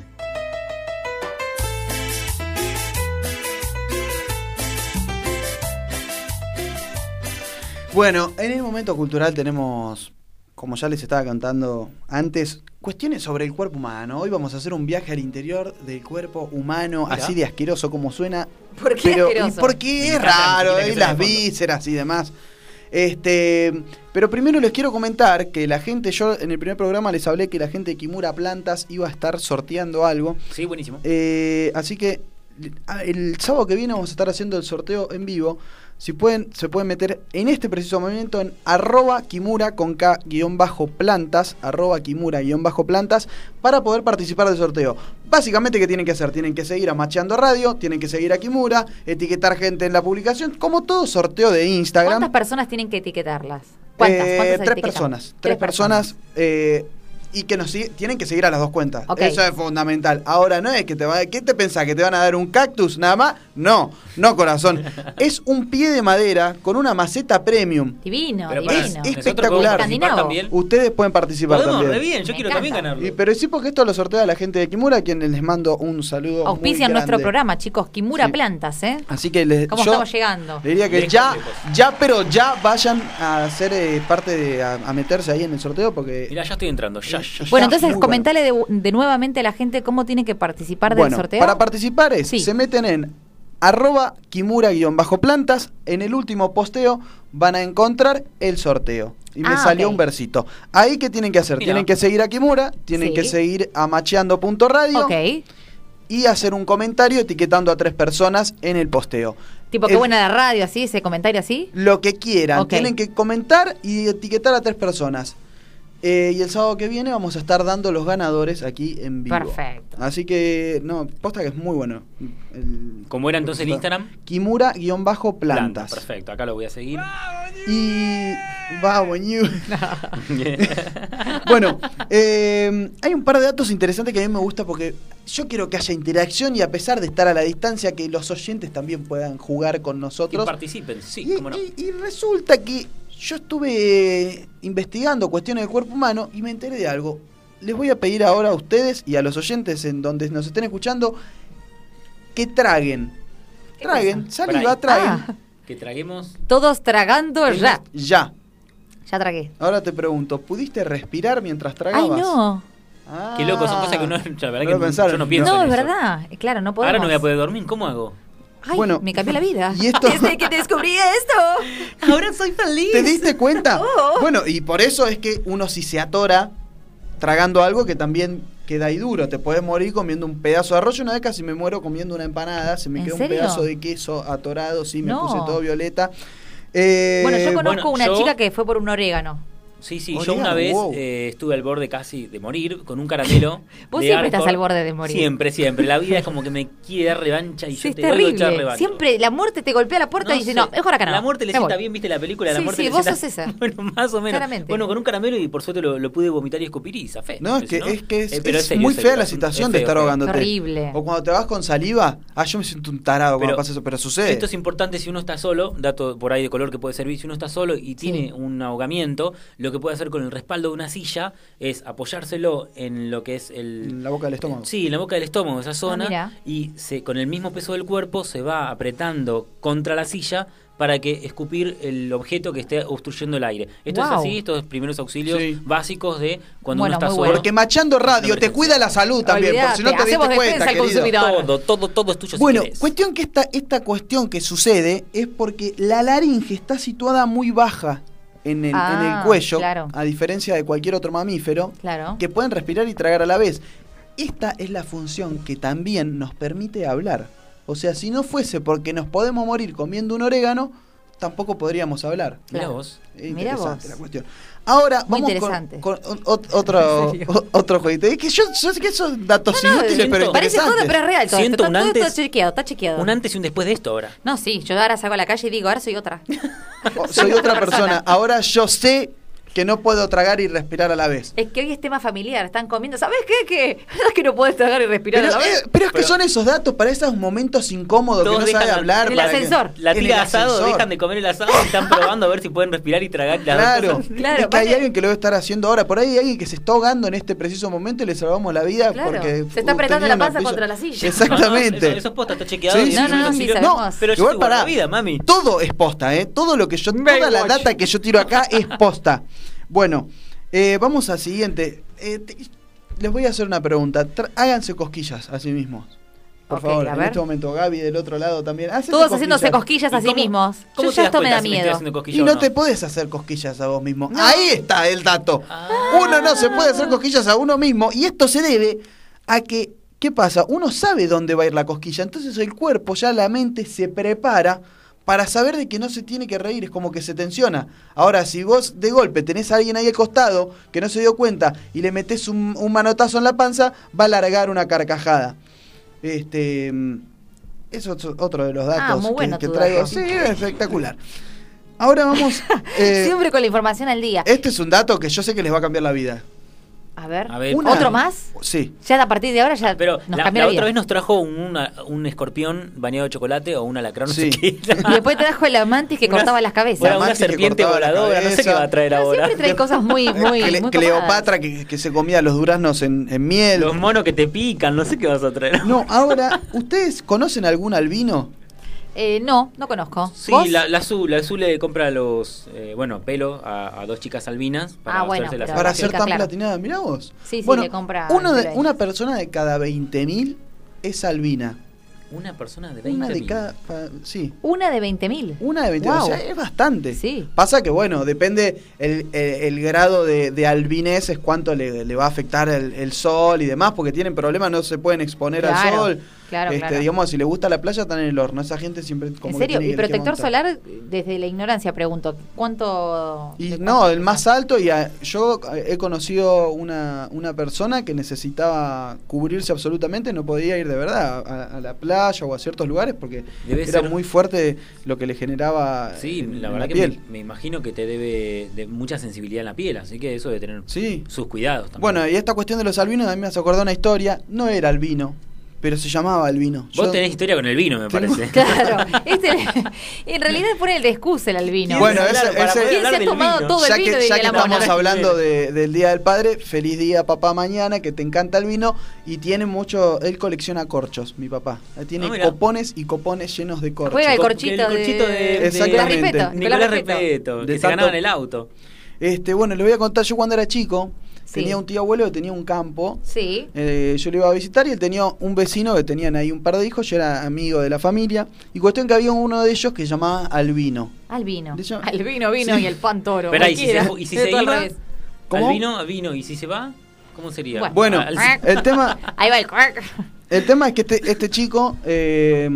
Bueno, en el momento cultural tenemos como ya les estaba contando antes, cuestiones sobre el cuerpo humano. Hoy vamos a hacer un viaje al interior del cuerpo humano, Mirá. así de asqueroso como suena. ¿Por qué pero, asqueroso? y porque Me es encanta, raro, tranquila, que y suena de las fondo. vísceras y demás. Este, pero primero les quiero comentar que la gente, yo en el primer programa les hablé que la gente de Kimura Plantas iba a estar sorteando algo. Sí, buenísimo. Eh, así que a- el sábado que viene vamos a estar haciendo el sorteo en vivo. Si pueden, se pueden meter en este preciso momento en arroba kimura con K guión bajo plantas, arroba kimura guión bajo plantas, para poder participar del sorteo. Básicamente, ¿qué tienen que hacer? Tienen que seguir a Macheando Radio, tienen que seguir a Kimura, etiquetar gente en la publicación, como todo sorteo de Instagram. ¿Cuántas personas tienen que etiquetarlas? ¿Cuántas? Eh, ¿Cuántas tres etiquetamos? personas. Tres, personas. eh, y que nos sig- tienen que seguir a las dos cuentas. Ok. Eso es fundamental. Ahora no es que te va, ¿qué te pensás? ¿Que te van a dar un cactus nada más? No, no corazón. es un pie de madera con una maceta premium. Divino, Pero pará, divino. es- ¿nosotros espectacular. podemos participar también? Ustedes pueden participar Podemos, re también. bien, yo Me quiero encanta. también ganarlo. Y- pero sí porque esto lo sortea la gente de Kimura, a quienes les mando un saludo. muy Auspician nuestro grande. programa, chicos. Kimura Sí. Ah, Plantas, ¿eh? Así que les, ¿Cómo yo estamos llegando? le diría que Lejos, ya, lejos. ya, pero ya vayan a ser eh, parte de, a, a meterse ahí en el sorteo porque Mirá, ya estoy entrando. Ya, ya, ya. Bueno, Está entonces muy comentale de, de nuevamente a la gente cómo tiene que participar del bueno, sorteo. Para participar es, Sí. se meten en arroba kimura-plantas, en el último posteo van a encontrar el sorteo. Y me Ah, salió ok. un versito. Ahí, ¿qué tienen que hacer? Mirá. Tienen que seguir a Kimura, tienen Sí. que seguir a macheando.radio ok. y hacer un comentario etiquetando a tres personas en el posteo. Tipo, qué El- buena la radio, así, ese comentario así. Lo que quieran. Ok. Tienen que comentar y etiquetar a tres personas. Eh, y el sábado que viene vamos a estar dando los ganadores aquí en vivo. Perfecto. Así que, no, posta que es muy bueno. El- ¿Cómo era entonces el Instagram? Planta, Kimura-plantas. Perfecto, acá lo voy a seguir. y. Bravo, Ñu. bueno, eh, hay un par de datos interesantes que a mí me gusta porque yo quiero que haya interacción y a pesar de estar a la distancia, que los oyentes también puedan jugar con que nosotros. participen, sí, y, cómo no. y- y resulta que yo estuve eh, investigando cuestiones del cuerpo humano y me enteré de algo. Les voy a pedir ahora a ustedes y a los oyentes en donde nos estén escuchando que traguen. ¿Qué Traguen, cosa? saliva, Por traguen. Ah, Que traguemos. todos tragando ya. Ya. Ya tragué. Ahora te pregunto, ¿pudiste respirar mientras Ay, tragabas? no. Ah. Qué loco, son cosas que uno- la verdad No que lo no- pensaron. yo no pienso. No, en es eso. verdad. Eh, Claro, no podemos. Ahora no voy a poder dormir, ¿cómo hago? Ay, Bueno, me cambió la vida. y esto- Desde que descubrí esto. Ahora soy feliz. ¿Te diste cuenta? Oh. Bueno, y por eso es que uno si se atora tragando algo que también queda ahí duro. Te puedes morir comiendo un pedazo de arroz. Yo Una vez casi me muero comiendo una empanada, se me ¿En quedó un serio? pedazo de queso atorado, sí, me No. puse todo violeta. Eh, bueno, yo conozco bueno, una yo- chica que fue por un orégano. Sí, sí, yo Orégano, una vez wow. eh, estuve al borde casi de morir con un caramelo. Vos de siempre estás Arcor. al borde de morir. Siempre, siempre. La vida es como que me quiere dar revancha y Sí, yo es te vuelvo a echar terrible. revancha. Siempre la muerte te golpea la puerta y dice, sé. no, mejor acá no. La muerte le Me sienta voy. bien, ¿viste la película? La Sí, muerte sí, le vos sienta- sos esa. Bueno, más o menos. Claramente. Bueno, con un caramelo y por suerte lo, lo pude vomitar y escupir y zafé. No, es Pero que si es, que es, Eh, pero es en serio, muy en serio, fea la es- situación es de feo, estar feo. ahogándote. Horrible. O cuando te vas con saliva, ah, yo me siento un tarado cuando Pero pasa eso, pero sucede. Esto es importante si uno está solo, dato por ahí de color que puede servir, si uno está solo y tiene un ahogamiento, lo que puede hacer con el respaldo de una silla es apoyárselo en lo que es En el... la boca del estómago. Sí, en la boca del estómago, esa Ah, mirá. zona, y se, con el mismo peso del cuerpo se va apretando contra la silla para que escupir el objeto que esté obstruyendo el aire. Esto es Guau. así, estos primeros auxilios Sí. básicos de cuando Bueno, uno está muy solo. bueno. Porque machando radio te cuida la salud también, por si no te Olvídate, diste hacemos cuenta, defensa al querido. consumidor. Todo, todo, todo es tuyo si Bueno, querés. cuestión que esta, esta cuestión que sucede es porque la laringe está situada muy baja en el, Ah, en el cuello, claro. a diferencia de cualquier otro mamífero, Claro. que pueden respirar y tragar a la vez. Esta es la función que también nos permite hablar. O sea, si no fuese porque nos podemos morir comiendo un orégano, tampoco podríamos hablar. Mirá Claro. vos. Es Mirá interesante vos. la cuestión. Ahora Muy vamos interesante. con, con o- o- otro, o- otro jueguito. Es que yo, yo sé que son datos No, no, inútiles, pero siento- Parece joda, interesantes. pero es real todo Siento esto. un Está, todo, antes- todo chequeado, está chequeado. Un antes y un después de esto ahora. No, sí, yo ahora salgo a la calle y digo, ahora soy otra. O- soy otra persona. Ahora yo sé que no puedo tragar y respirar a la vez. Es que hoy es tema familiar, están comiendo. ¿Sabes qué? ¿Qué? Es que no puedes tragar y respirar Pero, a la vez. eh, pero es que son esos datos para esos momentos incómodos Todos que no sabe dejan- hablar. En el para que- ascensor. La en el tira de asado, ascensor. dejan de comer el asado y están probando a ver si pueden respirar y tragar. las dos Claro, cosas. Claro, es que hay aparte- alguien que lo debe estar haciendo ahora. Por ahí hay alguien que se está ahogando en este preciso momento y le salvamos la vida Claro, porque. se está apretando tenía la una panza contra la silla. No, no, Exactamente. eso, eso es posta, está chequeado. Sí, y sí, es No, no, un no, sí, auxilio. sabemos. pero yo igual te guardo pará, vida, mami. Todo es posta, ¿eh? Todo lo que yo. Toda la data que yo tiro acá es posta. Bueno, Eh, vamos al siguiente. Eh, te- les voy a hacer una pregunta. Tra- háganse cosquillas a sí mismos. Por Ok, favor, a en ver. este momento Gaby del otro lado también. Hacete Todos haciéndose cosquillas a ¿Y sí cómo- mismos. cómo Yo te ya das esto me cuenta da si me estoy miedo. haciendo Y cosquillas no, o no? te podés hacer cosquillas a vos mismo. Ahí está el dato. Ah. Uno no se puede hacer cosquillas a uno mismo. Y esto se debe a que, ¿qué pasa? Uno sabe dónde va a ir la cosquilla. Entonces el cuerpo, ya la mente se prepara para saber de que no se tiene que reír. Es como que se tensiona. Ahora, si vos de golpe tenés a alguien ahí al costado que no se dio cuenta y le metés un, un manotazo en la panza, va a largar una carcajada. Este. mm, Eso es otro de los datos Ah, muy que- bueno que, tu traigo. dato. Sí, espectacular. Ahora vamos. eh, Siempre con la información al día. Este es un dato que yo sé que les va a cambiar la vida. A ver. A ver. Ah, Una- ¿Otro más? Sí. Ya a partir de ahora ya Pero nos la, cambió la la otra vida. vez nos trajo una- un escorpión bañado de chocolate o un alacrán, no Sí. sé qué. Y después trajo el amantis que Una- cortaba las Una, cabezas. una Amantis que serpiente cortaba la voladora, no sé qué cabeza. va a traer No, ahora. siempre trae cosas muy, muy, Cle- muy copadas. Cleopatra que, que se comía los duraznos en, en miel. Los monos que te pican, no sé qué vas a traer. No, ahora, ¿ustedes conocen algún albino? Eh, no, no conozco. Sí, ¿Vos? la, la azul, la azul le compra los, eh, bueno, pelo a, a dos chicas albinas para Ah, bueno, hacerse las pero- Para orejas. ser tan claro. platinada, mirá vos. Sí, sí, Bueno, le compra uno de- pelo a una ellos. persona de cada 20.000 es albina. Una persona de 20 Una de mil. cada. pa- sí. Una de 20.000. Una de 20.000. O sea, Wow. es bastante. Sí. Pasa que, bueno, depende el, el- el grado de, de albinez, es cuánto le, le va a afectar el, el sol y demás, porque tienen problemas, no se pueden exponer al Claro, sol. claro, Este, claro. Digamos, si le gusta la playa, están en el horno. Esa gente siempre como ¿En que serio? tiene ¿Y que protector levantar. solar? Desde la ignorancia pregunto. ¿Cuánto? Y de no, cuánto el más usan? alto, y a- yo eh, he conocido una, una persona que necesitaba cubrirse absolutamente, no podía ir de verdad a, a la playa o a ciertos lugares porque Debe era ser- muy fuerte lo que le generaba Sí, en- la en verdad que piel. me, me imagino que te debe de mucha sensibilidad en la piel, así que eso de tener Sí. sus cuidados también. Bueno, y esta cuestión de los albinos a mí me hace acordar una historia. No era albino, pero se llamaba albino. vos Yo- tenés historia con el vino, me Tengo- parece. Claro. Este, en realidad pone el de excusa el albino. Bueno, ese- Claro, para ese- poder ¿Quién hablar se ha del tomado vino. todo? el ya vino que, diría ya que la mona. estamos hablando de- del Día del Padre, feliz día papá mañana, que te encanta el vino y tiene mucho, él colecciona corchos, mi papá. Tiene Ah, mirá. copones y copones llenos de corchos. Juega el Con- corchito, el corchito de, de- de- Exactamente. de respeto, Nicolás Nicolás Respeto. Repeto, De que se tanto- ganaba en el auto. Este, bueno, les voy a contar, yo cuando era chico, Sí. tenía un tío abuelo que tenía un campo. Sí. Eh, yo lo iba a visitar y él tenía un vecino que tenían ahí un par de hijos, yo era amigo de la familia, y cuestión que había uno de ellos que se llamaba Albino. Albino. De hecho- Albino vino Sí. y el pan toro. Pero ahí, si cualquiera. se- y si De se todo al iba- revés. ¿Cómo? Al vino, a vino. ¿Y si se va? ¿Cómo sería? Bueno. Bueno, Al- el tema, Ahí va el cuac. El tema es que este, este chico, eh,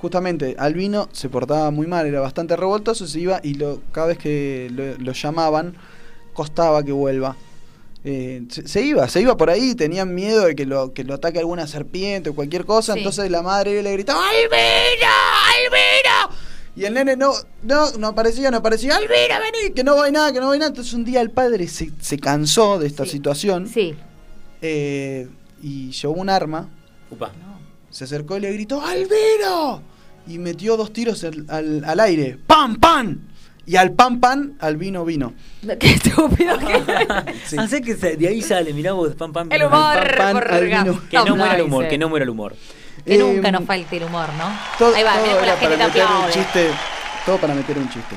justamente, Albino se portaba muy mal, era bastante revoltoso, se iba y lo, cada vez que lo, lo llamaban, costaba que vuelva. Eh, se, se iba, se iba por ahí, tenían miedo de que lo, que lo ataque alguna serpiente o cualquier cosa, Sí. entonces la madre le gritaba, ¡Albino! ¡Albino! Y el nene no, no, no aparecía, no aparecía, ¡Albino, vení! Que no voy nada, que no voy nada. Entonces un día el padre se, se cansó de esta Sí. situación Sí. eh, y llevó un arma Upa. se acercó y le gritó ¡Albino! Y metió dos tiros al, al- al aire. ¡Pam, pam! Y al pam, pam, al vino, vino. No, Qué estúpido que Sí. Así que se- de ahí sale, mirá vos, pam, pam. El pam, pam. humor. pan, por albino. gasto, Que no muera el humor, dice. que no muera el humor. Que Eh, nunca nos falte el humor, ¿no? Todo, Ahí va, todo mirá cómo la era gente para te meter un aplaude. chiste. Todo para meter un chiste.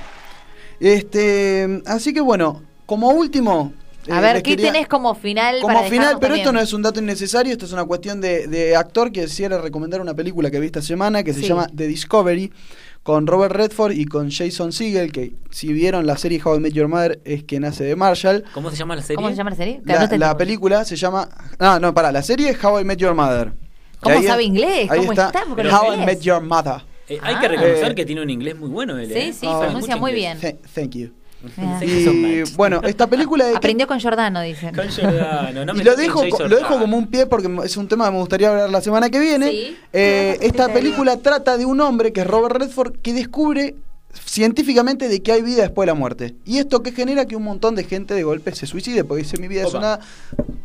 Este, así que bueno, como último. A eh, ver, les ¿qué quería- tenés como final? Como para final, dejarnos pero esto también? no es un dato innecesario, esto es una cuestión de, de actor que quisiera recomendar una película que vi esta semana que se Sí. llama The Discovery con Robert Redford y con Jason Segel, que si vieron la serie How I Met Your Mother es quien hace de Marshall. ¿Cómo se llama la serie? ¿Cómo se llama la serie? La, Anoten la todos. película se llama. No, no, para la serie es How I Met Your Mother. ¿Cómo Y ahí sabe es- inglés? Ahí ¿Cómo está. está con el How I inglés? Met Your Mother. Eh, hay que Ah. reconocer Eh, que tiene un inglés muy bueno. Él, Sí, eh. sí, Habla pronuncia mucho muy inglés. bien. Th- Thank you. Ah. Thank you so Y much. bueno, esta película de. Aprendió con Jordano, dicen. Con Giordano, no me y lo toquen dejo, co- Jason lo dejo Statham. como un pie porque es un tema que me gustaría hablar la semana que viene. Sí. Eh, Ah, esta sí, película trata de un hombre que es Robert Redford que descubre científicamente de que hay vida después de la muerte. Y esto que genera que un montón de gente de golpe se suicide porque dice mi vida es Opa. una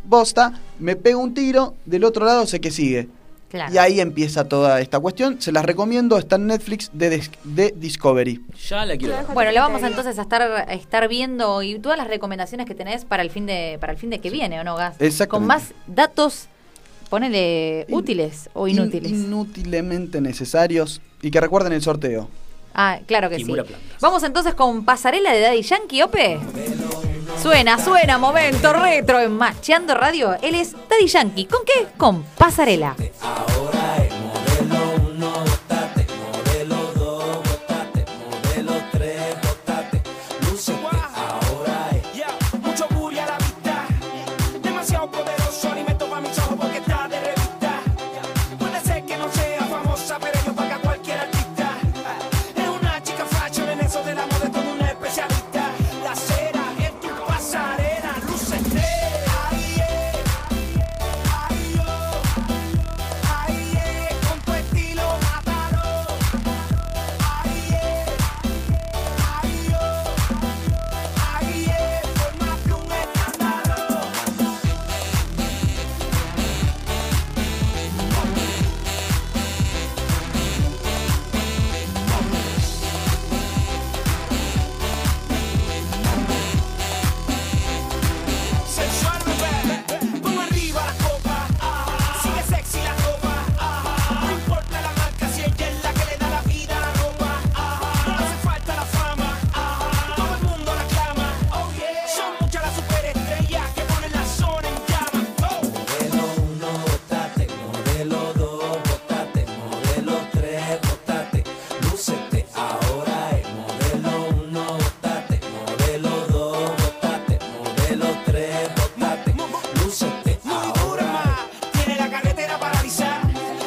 bosta, me pego un tiro, del otro lado sé que sigue. Claro. Y ahí empieza toda esta cuestión. Se las recomiendo, está en Netflix de, Dis- de Discovery. Ya la quiero. ver. Bueno, la vamos entonces a estar, a estar viendo y todas las recomendaciones que tenés para el fin de para el fin de que viene, ¿o no, Gas? Exactamente. Con más datos, ponele In- útiles o In- inútiles. inútilmente necesarios. Y que recuerden el sorteo. ah, claro que Y sí. mura plantas. Vamos entonces con Pasarela de Daddy Yankee, Ope. Suena, suena, momento retro en Macheando Radio. Él es Daddy Yankee. ¿Con qué? Con Pasarela. Mucho booty a la vista, demasiado poderoso alimento para mis ojos porque está de revista. Puede ser que no sea famosa, pero yo paga a cualquier artista. Es una chica fashion en eso del amor de todo una especialista. La cera en tu pasarela, luces de ahí, ahí yo, ahí con tu estilo mátalo. Ahí ahí yo, ahí formate un escándalo. Sensual, bebé. Pon arriba la copa. Sigue sexy la ropa. No importa la marca si ella es la que le da la vida a la ropa. No le hace falta la fama. Todo el mundo la clama. Oh, Son muchas las superestrellas que ponen la zona en llamas. Oh. Muy dura más, tiene la carretera paralizada.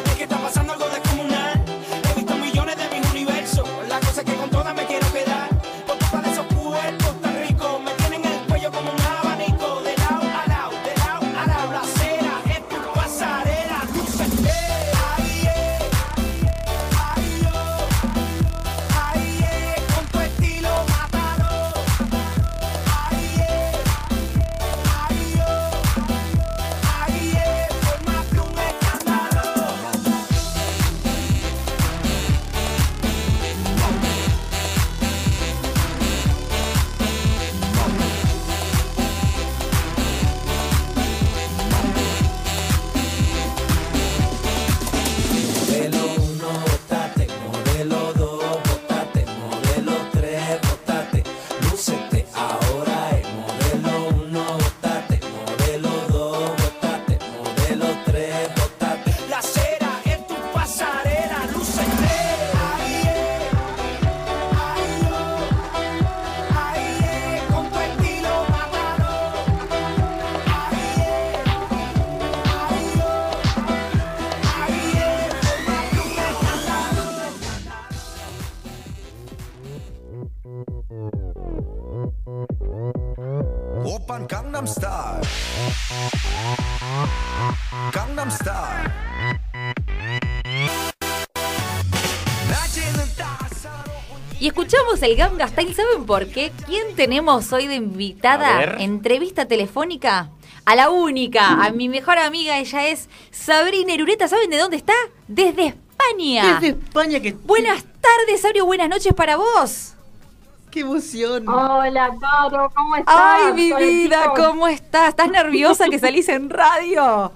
Es que está pasando algo descomunal. He visto millones de mis universos. La cosa es que con todas me quiero quedar. Por culpa de esos cuerpos tan ricos. Me tienen el cuello como un abanico. De lado a lado, de lado a lado. La cera es tu pasarela. eh, Luces de ahí, ahí, ahí, eh, con tu estilo matado. Ahí, ahí, Ahí es, formate un escándalo. La cera en tu pasarela, luces de ahí, ahí, ahí, con tu estilo mátalo. Ahí, ahí, ahí, formate un escándalo. Opern Gangnam Style. Gangnam Style. 낮에는 따사로운 Y escuchamos el Ganga Style. ¿Saben por qué? ¿Quién tenemos hoy de A invitada? ver. Entrevista telefónica a la única, a mi mejor amiga. Ella es Sabrina Erureta. ¿Saben de dónde está? Desde España. Desde España que... Buenas tardes, Saurio. Buenas noches para vos. ¡Qué emoción! Hola, Caro, ¿cómo estás? Ay, mi Hola, vida, chicos. ¿cómo estás? ¿Estás nerviosa que salís en radio?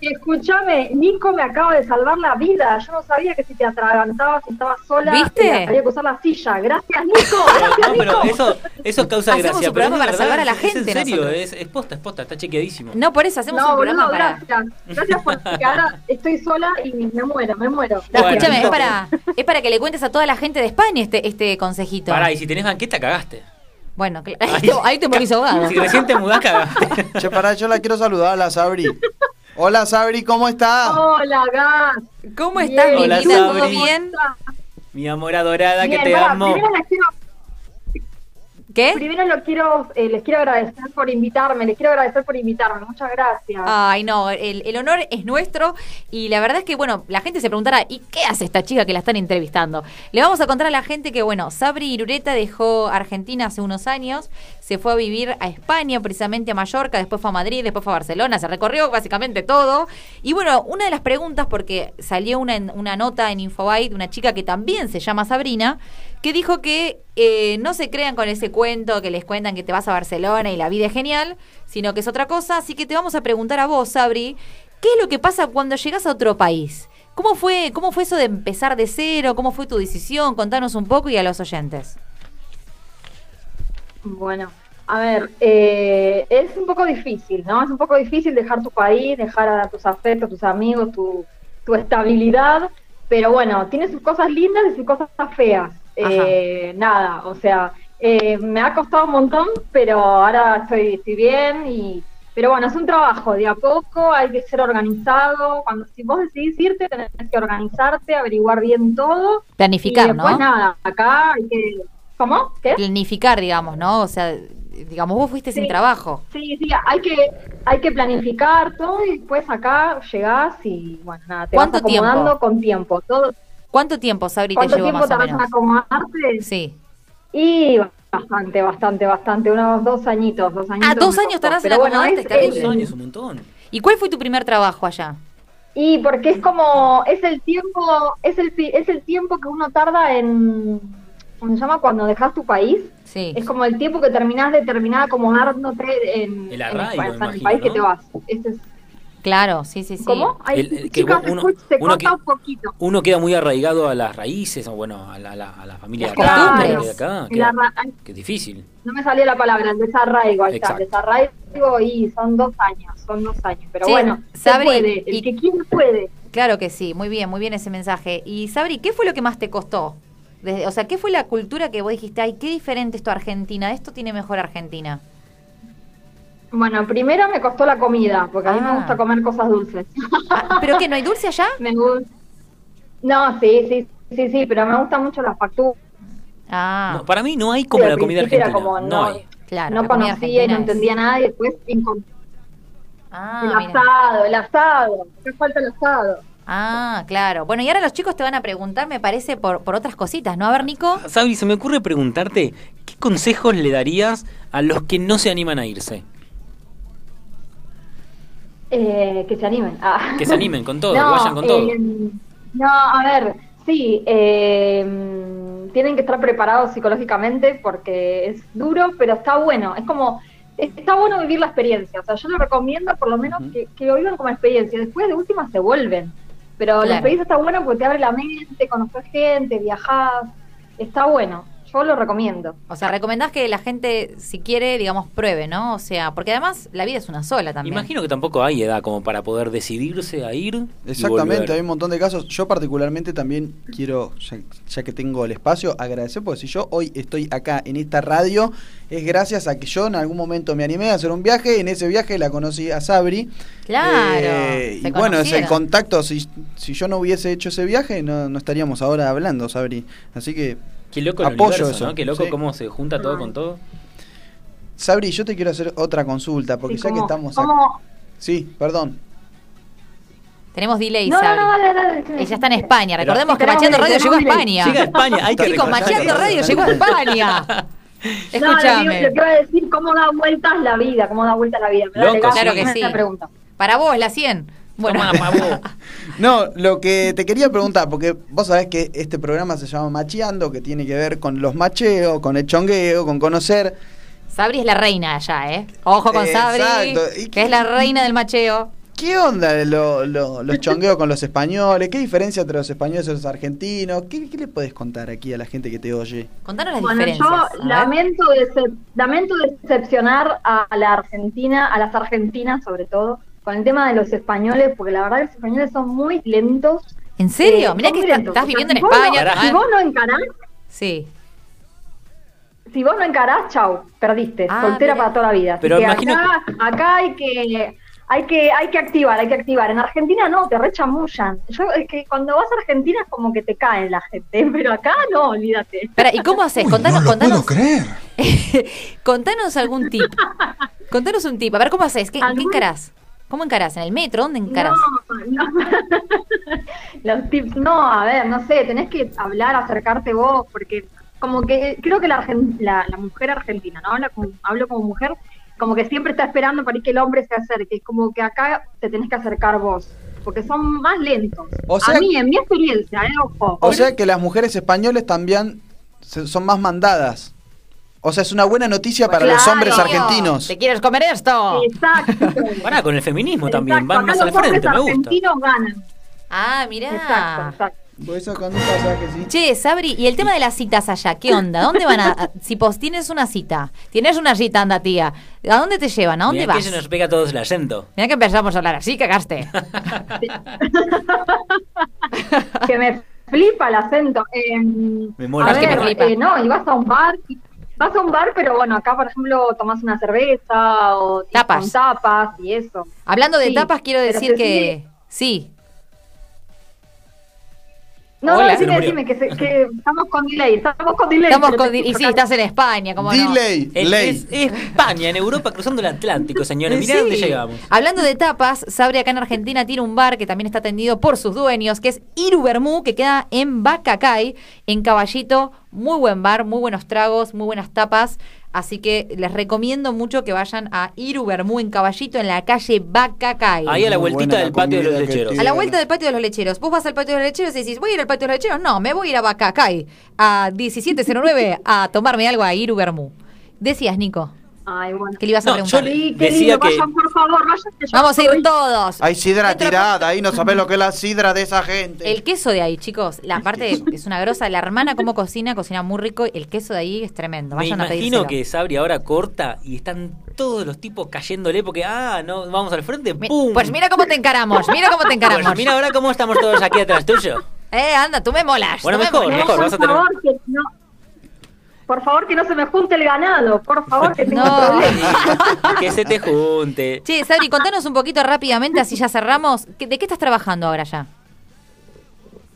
Escúchame, Nico me acaba de salvar la vida. Yo no sabía que si te atragantabas estabas sola. ¿Viste? eh, Había que usar la silla. Gracias, Nico. Gracias, No, Nico. pero eso, eso causa Hacemos gracia. un pero es programa de para verdad, salvar a la es- es gente en serio, nosotros. es, es posta, es posta, está chequeadísimo. No, por eso hacemos no, un programa boludo, para. gracias. Gracias porque ahora estoy sola y me muero, me muero. No, Bueno, escúchame, es entonces- para, es para que le cuentes a toda la gente de España este, este consejito. Pará, y si tenés banqueta, cagaste. Bueno, cl- ahí, te- ahí te morís ahogada. Si recién te mudás, cagaste. Che, pará, yo la quiero saludar a la Sabri. Hola Sabri, ¿cómo estás? Hola, Gas. ¿Cómo estás, Bien, mi Hola, vida? ¿Todo Sabri. bien? Mi amor adorada, que Bien, te pará, amo. primero les quiero- ¿Qué? Primero lo quiero, eh, les quiero agradecer por invitarme, les quiero agradecer por invitarme, muchas gracias. Ay, no, el, el honor es nuestro y la verdad es que, bueno, la gente se preguntará, ¿y qué hace esta chica que la están entrevistando? Le vamos a contar a la gente que, bueno, Sabri Irureta dejó Argentina hace unos años, se fue a vivir a España, precisamente a Mallorca, después fue a Madrid, después fue a Barcelona, se recorrió básicamente todo. Y bueno, una de las preguntas, porque salió una, en- una nota en Infobae de una chica que también se llama Sabrina, que dijo que eh, no se crean con ese cuento que les cuentan que te vas a Barcelona y la vida es genial, sino que es otra cosa. Así que te vamos a preguntar a vos, Sabri, ¿qué es lo que pasa cuando llegas a otro país? ¿Cómo fue, cómo fue eso de empezar de cero? ¿Cómo fue tu decisión? Contanos un poco y a los oyentes. Bueno, A ver, eh, es un poco difícil, ¿no? Es un poco difícil dejar tu país, dejar a tus afectos, tus amigos, tu, tu estabilidad, pero bueno, tiene sus cosas lindas y sus cosas feas. Eh, nada, o sea, eh, me ha costado un montón, pero ahora estoy, estoy bien y... Pero bueno, es un trabajo, de a poco hay que ser organizado. Cuando si vos decidís irte, tenés que organizarte, averiguar bien todo. y Planificar, después ¿no? nada, acá hay que... ¿Cómo? ¿Qué? Planificar, digamos, ¿no? O sea, digamos, vos fuiste sin Sí. trabajo. Sí, sí, hay que, hay que planificar todo y después acá llegás y bueno, nada, te vas ¿Cuánto tiempo? acomodando con tiempo. Todo, ¿Cuánto tiempo, Sabri, te ¿Cuánto llevó tiempo más o tardás en menos? acomodarte? Sí. Y bastante, bastante, bastante, unos dos añitos, dos añitos. Ah, dos me años costó, tardás en pero bueno, acomodarte, es- terrible. es- Dos años, un montón. ¿Y cuál fue tu primer trabajo allá? Y porque es como, es el tiempo, es el, pi- es el tiempo que uno tarda en, ¿cómo se llama? Cuando dejas tu país. Sí. Es como el tiempo que terminás de terminar acomodándote en El en arraigo, país- en el imagino, país que ¿no? te vas. Ese es- Claro, sí, sí, sí. ¿Cómo? Ay, El- el que chicos, uno- se escucha- se uno corta que- un poquito. Uno queda muy arraigado a las raíces, o bueno, a la, a la- a la familia de Las acá, a la costumbres. familia de acá, El arra- queda- ay, que es difícil. no me salía la palabra, el desarraigo, ahí está, Exacto. desarraigo y son dos años, son dos años, pero Sí, bueno, se Sabri, puede, el y- que quiere puede. Claro que sí, muy bien, muy bien ese mensaje. Y Sabri, ¿qué fue lo que más te costó? Desde- o sea, ¿qué fue la cultura que vos dijiste, ay, qué diferente esto a Argentina, esto tiene mejor Argentina? Bueno, primero me costó la comida, porque a mí Ah. me gusta comer cosas dulces. Ah, ¿Pero qué, no hay dulce allá? me gusta. No, sí, sí, sí, sí, pero me gustan mucho las facturas. Ah, No, para mí no hay como Al la comida principio era argentina. como, no, no. hay. claro. no la comida conocía y no argentina es- entendía nada y después encont- Ah, el mira. asado, el asado, me falta el asado. Ah, claro. Bueno, y ahora los chicos te van a preguntar, me parece, por, por otras cositas, ¿no? A ver, Nico. Sabri, se me ocurre preguntarte, ¿qué consejos le darías a los que no se animan a irse? Eh, que se animen. Ah. Que se animen con todo, que vayan con todo. eh, no, a ver, sí, eh, tienen que estar preparados psicológicamente porque es duro, pero está bueno. Es como, está bueno vivir la experiencia. O sea, yo lo recomiendo por lo menos Ujú. que, que lo vivan como experiencia. Después de última se vuelven. Pero Claro. la experiencia está buena porque te abre la mente, conoces gente, viajás. Está bueno. Yo lo recomiendo. O sea, recomendás que la gente, si quiere, digamos, pruebe, ¿no? O sea, porque además la vida es una sola también. Imagino que tampoco hay edad como para poder decidirse a ir. y Exactamente, volver. hay un montón de casos. Yo particularmente también quiero, ya, ya que tengo el espacio, agradecer, porque si yo hoy estoy acá en esta radio, es gracias a que yo en algún momento me animé a hacer un viaje, en ese viaje la conocí a Sabri. Claro. Eh, se y bueno, es el conocieron. contacto, si, si yo no hubiese hecho ese viaje, no, no estaríamos ahora hablando, Sabri. Así que, Qué loco el Apoyo universo, eso, ¿no? Qué loco sí. cómo se junta todo con todo. Sabri, yo te quiero hacer otra consulta, porque Sí, ya que como- estamos... acá- como- Sí, perdón. Tenemos delay, No, no, Sabri. no, dale, dale, dale. Ella Eh, está en España. Pero- Recordemos que Esperamos Macheando que Radio llegó a tengamos delay. España. Llega a España, hay que Chicos, recordar Macheando eso. Radio llegó a España. No, lo que, Escúchame. digo- lo que iba a decir, cómo da vueltas la vida, cómo da vueltas la vida. Me da Loco, legal claro con que sí. esta pregunta. Para vos, la 100. Bueno, Tomá, pavo. No, lo que te quería preguntar, porque vos sabés que este programa se llama Macheando, que tiene que ver con los macheos, con el chongueo, con conocer. Sabri es la reina allá, ¿eh? Ojo con Sabri, Exacto. ¿Y que qué- es la reina del macheo. ¿Qué onda de lo- lo- los chongueos con los españoles? ¿Qué diferencia entre los españoles y los argentinos? ¿Qué, qué le podés contar aquí a la gente que te oye? Contanos las Bueno, yo diferencias. A ver. lamento, decep- lamento decepcionar a la Argentina, a las argentinas sobre todo, con el tema de los españoles, porque la verdad que los españoles son muy lentos. ¿En serio? Eh, Mirá son que muy está- lentos. estás O sea, viviendo en si vos España. no- ah, si vos no encarás, Sí. si vos no encarás, chau, perdiste, Ah, soltera mirá. para toda la vida. Así Pero que imagino acá, acá hay que... Hay que, hay que activar, hay que activar. En Argentina no, te rechamullan. Yo, es que cuando vas a Argentina es como que te cae la gente, pero acá no, olvídate. Pará, ¿y cómo haces? Uy, Contanos, no lo contanos, puedo creer. contanos algún tip. Contanos un tip. A ver, ¿cómo haces? ¿Qué, ¿Algún- ¿Qué encarás? ¿Cómo encarás? ¿En el metro? ¿Dónde encarás? No, no. Los tips, no, a ver, no sé, tenés que hablar, acercarte vos, porque como que eh, creo que la, argen- la, la mujer argentina, ¿no? Habla como- hablo como mujer, como que siempre está esperando para que el hombre se acerque, es como que acá te tenés que acercar vos, porque son más lentos. O sea- a mí, en mi experiencia, ¿eh? Ojo. O sea que las mujeres españoles también se- son más mandadas. O sea, es una buena noticia para los Claro. hombres argentinos. ¿Te quieres comer esto? eh, Exacto. Pará, con el feminismo también, Exacto, van acá más al los hombres frente, me gusta. argentinos ganan. Ah, mirá. Exacto, exacto. Por eso cuando pasa que sí. Che, Sabri, y el tema de las citas allá, ¿qué onda? ¿Dónde van a.? a- Si vos tienes una cita, tienes una cita, anda tía, ¿a dónde te llevan? ¿A dónde Mirá que vas? ella nos pega a todos el acento. Mira que empezamos a hablar así, cagaste. que me flipa el acento. Em, Me mola. a Es que me ver, flipa. eh, no, y vas a un bar, y- vas a un bar, pero bueno, acá por ejemplo tomás una cerveza o Tapas. con tapas y eso. Hablando de Sí, tapas, quiero pero decir se que. Sí. No, Hola. no, Se nos decime, murió. decime, que, se- que estamos con delay, estamos con delay. Estamos pero con. te Y sí, escucho acá. estás en España, ¿cómo no? Delay, Es, ley. es España, en Europa, cruzando el Atlántico, señores. Mirá Eh, Sí. dónde llegamos. Hablando de tapas, Sabri acá en Argentina tiene un bar que también está atendido por sus dueños, que es Iru Bermú, que queda en Bacacay, en Caballito. Muy buen bar, muy buenos tragos, muy buenas tapas. Así que les recomiendo mucho que vayan a Iru Bermú en Caballito, en la calle Bacacay. Ahí a la Muy vueltita buena del la patio de los comida que lecheros. tiene. A la Sí, vuelta bueno. del patio de los lecheros. Vos vas al patio de los lecheros y decís, voy a ir al patio de los lecheros. No, me voy a ir a Bacacay a 1709 a tomarme algo a Iru Bermú. Decías, Nico, Ay, bueno. que le ibas a No, preguntar. yo le- Sí, qué Decía lindo, que- vayan por favor, vayan. que yo Vamos a estoy- ir todos. Hay sidra Otra tirada, ahí no sabés lo que es la sidra de esa gente. El queso de ahí, chicos, la parte es una grosa. La hermana cómo cocina, cocina muy rico. El queso de ahí es tremendo. Me Vayan a imagino pedírselo. que Sabri ahora corta y están todos los tipos cayéndole porque, ah, no, vamos al frente, Mi- ¡pum! Pues mira cómo te encaramos, mira cómo te encaramos. Pues mira ahora cómo estamos todos aquí atrás tuyo. Eh, anda, tú me molas. Bueno, tú me mejor, molas. mejor, por vas a tener- favor, que no. Por favor, que no se me junte el ganado. Por favor, que tengo No. problemas. que se te junte. Che, Sabri, contanos un poquito rápidamente, así ya cerramos. ¿Qué- ¿De qué estás trabajando ahora ya?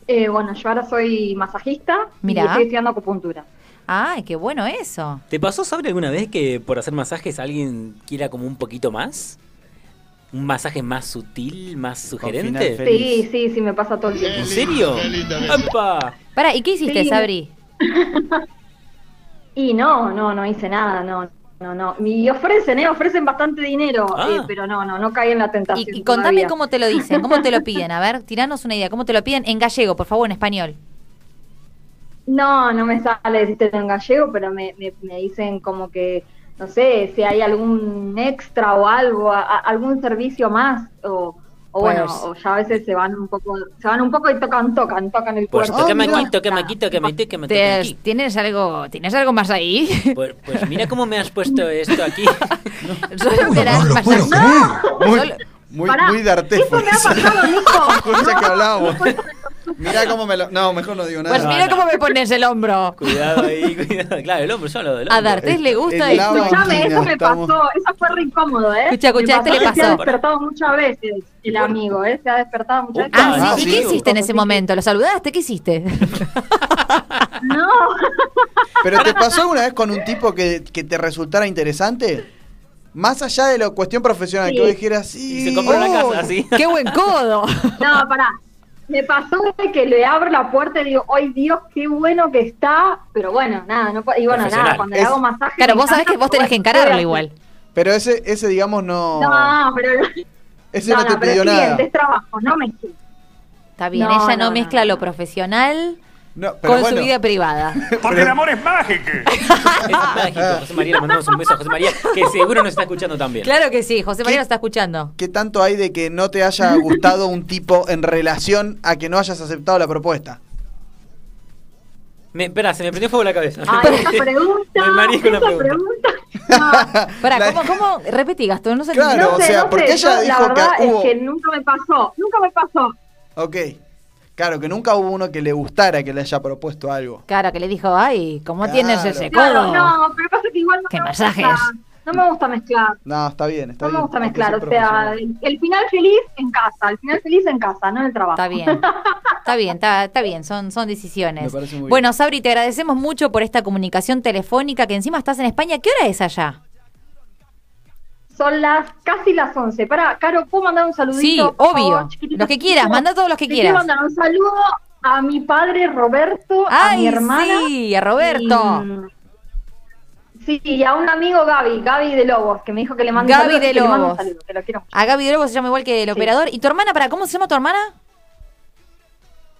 Eh, bueno, yo ahora soy masajista Mirá. y estoy estudiando acupuntura. Ay, qué bueno eso. ¿Te pasó, Sabri, alguna vez que por hacer masajes alguien quiera como un poquito más? ¿Un masaje más sutil, más final sugerente? feliz. Sí, sí, sí, me pasa todo el tiempo. ¿En serio? ¡Apa! Pará, ¿y qué hiciste, Sí. Sabri? Y no, no, no hice nada, no, no, no. Y ofrecen, ¿eh? Ofrecen bastante dinero, Ah. eh, pero no, no, no caí en la tentación. Y, y contame todavía. cómo te lo dicen, cómo te lo piden. A ver, tiranos una idea. ¿Cómo te lo piden en gallego, por favor, en español? No, no me sale decirte en gallego, pero me, me, me dicen como que, no sé, si hay algún extra o algo, a- a- algún servicio más, o, o bueno, Pues. o ya a veces se van un poco, se van un poco y tocan, tocan, tocan el Pues cuerpo. tocame Ah, aquí, mira. tocame aquí, tocame aquí, tocame Te- aquí. ¿Tienes algo, ¿Tienes algo más ahí? Pues, pues mira cómo me has puesto esto aquí. Solo serás lo puedo masajista. Muy, Solo- muy, Pará, muy de artefacto. Eso me ha pasado, Nico. Cosa que hablábamos. Mirá cómo me lo. No, mejor no digo nada. Pues mira no. cómo me pones el hombro. Cuidado ahí, cuidado. Claro, el hombro, yo hablo del hombro. A Dartés le gusta El esto. lava- Escuchame, eso me Estamos- pasó, eso fue re incómodo, ¿eh? Escucha, escucha, Me este le que Se ha pasó. despertado muchas veces el amigo, ¿eh? Se ha despertado muchas veces. Ah, Ah, Ah, sí. ¿Y sí. qué hiciste en ese momento? ¿Lo saludaste? ¿Qué hiciste? No, Pero ¿te pasó alguna vez con un tipo que, que te resultara interesante? Más allá de la cuestión profesional, que Sí. vos dijeras, sí. Y se compró una Oh, casa así. ¡Qué buen codo! no, pará. Me pasó de que le abro la puerta y digo, ¡ay Dios, qué bueno que está! Pero bueno, nada, no, po- y bueno, Profesional. nada, cuando le Es- hago masaje. Claro, me vos sabés encanta, pues, que vos tenés que bueno, voy a encararlo hacer- igual. Pero ese, ese digamos, no. No, pero ese no, no, no, te pero pidió es nada. cliente, es trabajo, no me Está bien, No, ella no, no, no, mezcla no. lo profesional No, pero con bueno, su vida privada. Porque el amor es mágico. Es Ah, mágico. José María, le mandamos un beso a José María, que seguro nos está escuchando también. Claro que sí, José María nos está escuchando. ¿Qué tanto hay de que no te haya gustado un tipo en relación a que no hayas aceptado la propuesta? Me, espera, se me prendió fuego la cabeza. Ay, esa pregunta, Me mareé con la esa pregunta. pregunta. No. Pará, La- ¿cómo, cómo? Repetí, Gastón, no sé. Claro. no o sé, sea, no porque sé, ella yo, dijo la verdad que hubo- es que nunca me pasó, nunca me pasó. Ok. Claro, que nunca hubo uno que le gustara que le haya propuesto algo. Claro, que le dijo, ay, ¿cómo tienes Claro. ese Claro, codo? no, pero pasa que igual no Qué me masajes. gusta, no me gusta mezclar, No, está bien, está no bien. me gusta hay que ser mezclar, o sea, profesional. el, el final feliz en casa, el final feliz en casa, no en el trabajo. Está bien. Está bien, está, está bien, son, son decisiones. Me parece muy bien. bueno, Sabri, te agradecemos mucho por esta comunicación telefónica, que encima estás en España. ¿Qué hora es allá? Son las casi las 11. Para, Caro, ¿puedo mandar un saludito? Sí, por favor, obvio. chiquitita? Los que quieras, Quiero- manda todos los que le quieras. Quiero mandar un saludo a mi padre Roberto, a mi hermana. sí, a Roberto. Y, sí, y a un amigo Gaby, Gaby de Lobos, que me dijo que le mande un Gaby saludo, así de que le mando un Lobos. saludo, que lo quiero mucho. A Gaby de Lobo se llama igual que el operador. ¿Y tu hermana, para cómo se llama tu hermana?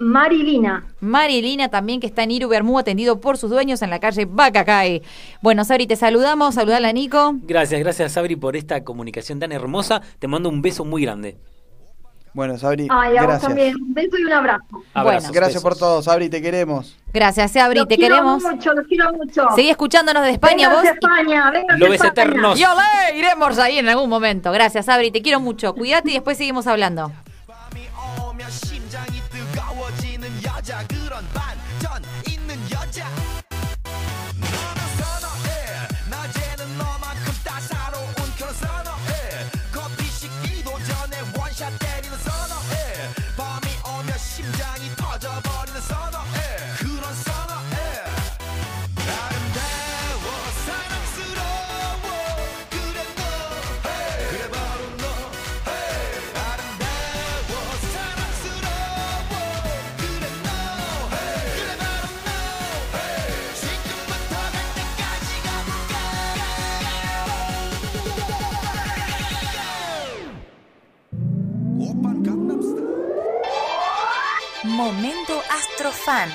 Marilina. Marilina también, que está en Iru Bermú, atendido por sus dueños en la calle Bacacay. Bueno, Sabri, te saludamos. Saludala a Nico. Gracias, gracias Sabri por esta comunicación tan hermosa. Te mando un beso muy grande. Bueno, Sabri, Ay, a vos gracias. también. Un beso y un abrazo. Abrazos, Gracias por besos. todo, Sabri, te queremos. Gracias, Sabri, Los te quiero queremos. mucho, los quiero mucho. Seguí escuchándonos desde España, Vénganse vos. a España, vénganse Lo ves a España. eternos. Y olé, iremos ahí en algún momento. Gracias, Sabri, te quiero mucho. Cuídate y después seguimos hablando. 밤이 오면 심장이 뜨거워지는 여자 그런 반전 있는 여자 너는 선호해 낮에는 너만큼 따사로운 그런 선호해 커피 식기도 전에 원샷 때리는 선호해 밤이 오면 심장이 터져버리는 선호해 그런 선호해 아름다워 사랑스러워 그래 너 hey. 그래 바로 너 hey. 아름다워 사랑스러워 그래 너 hey. 그래 바로 너 hey. 지금부터 갈 때까지 가볼까 오빤 강남스타일 Momento Astrofan.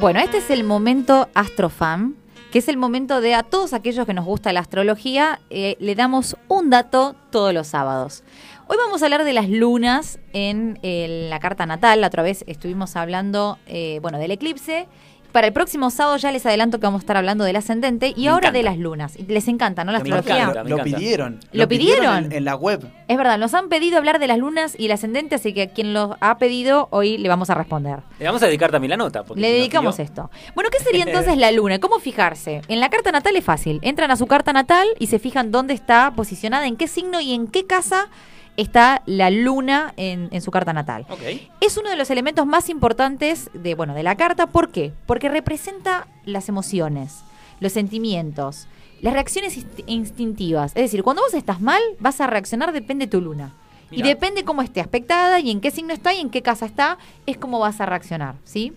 Bueno, este es el momento Astrofam, que es el momento de a todos aquellos que nos gusta la astrología, eh, le damos un dato todos los sábados. Hoy vamos a hablar de las lunas en eh, la carta natal. La otra vez estuvimos hablando, eh, bueno, del eclipse. Para el próximo sábado ya les adelanto que vamos a estar hablando del ascendente y Me ahora encanta. de las lunas. Y Les encanta, ¿no? La Me astrología. encanta. lo, lo encanta. pidieron. ¿Lo pidieron? en, en la web. Es verdad, nos han pedido hablar de las lunas y el ascendente, así que a quien los ha pedido hoy le vamos a responder. Le vamos a dedicar también la nota. porque Le si nos dedicamos pidió- esto. Bueno, ¿qué sería entonces la luna? ¿Cómo fijarse? En la carta natal es fácil. Entran a su carta natal y se fijan dónde está posicionada, en qué signo y en qué casa está la luna en, en su carta natal. Ok. Es uno de los elementos más importantes de, bueno, de la carta. ¿Por qué? Porque representa las emociones, los sentimientos, las reacciones inst- instintivas. Es decir, cuando vos estás mal, vas a reaccionar, depende de tu luna. Mirá. Y depende cómo esté aspectada y en qué signo está y en qué casa está, es cómo vas a reaccionar, ¿sí?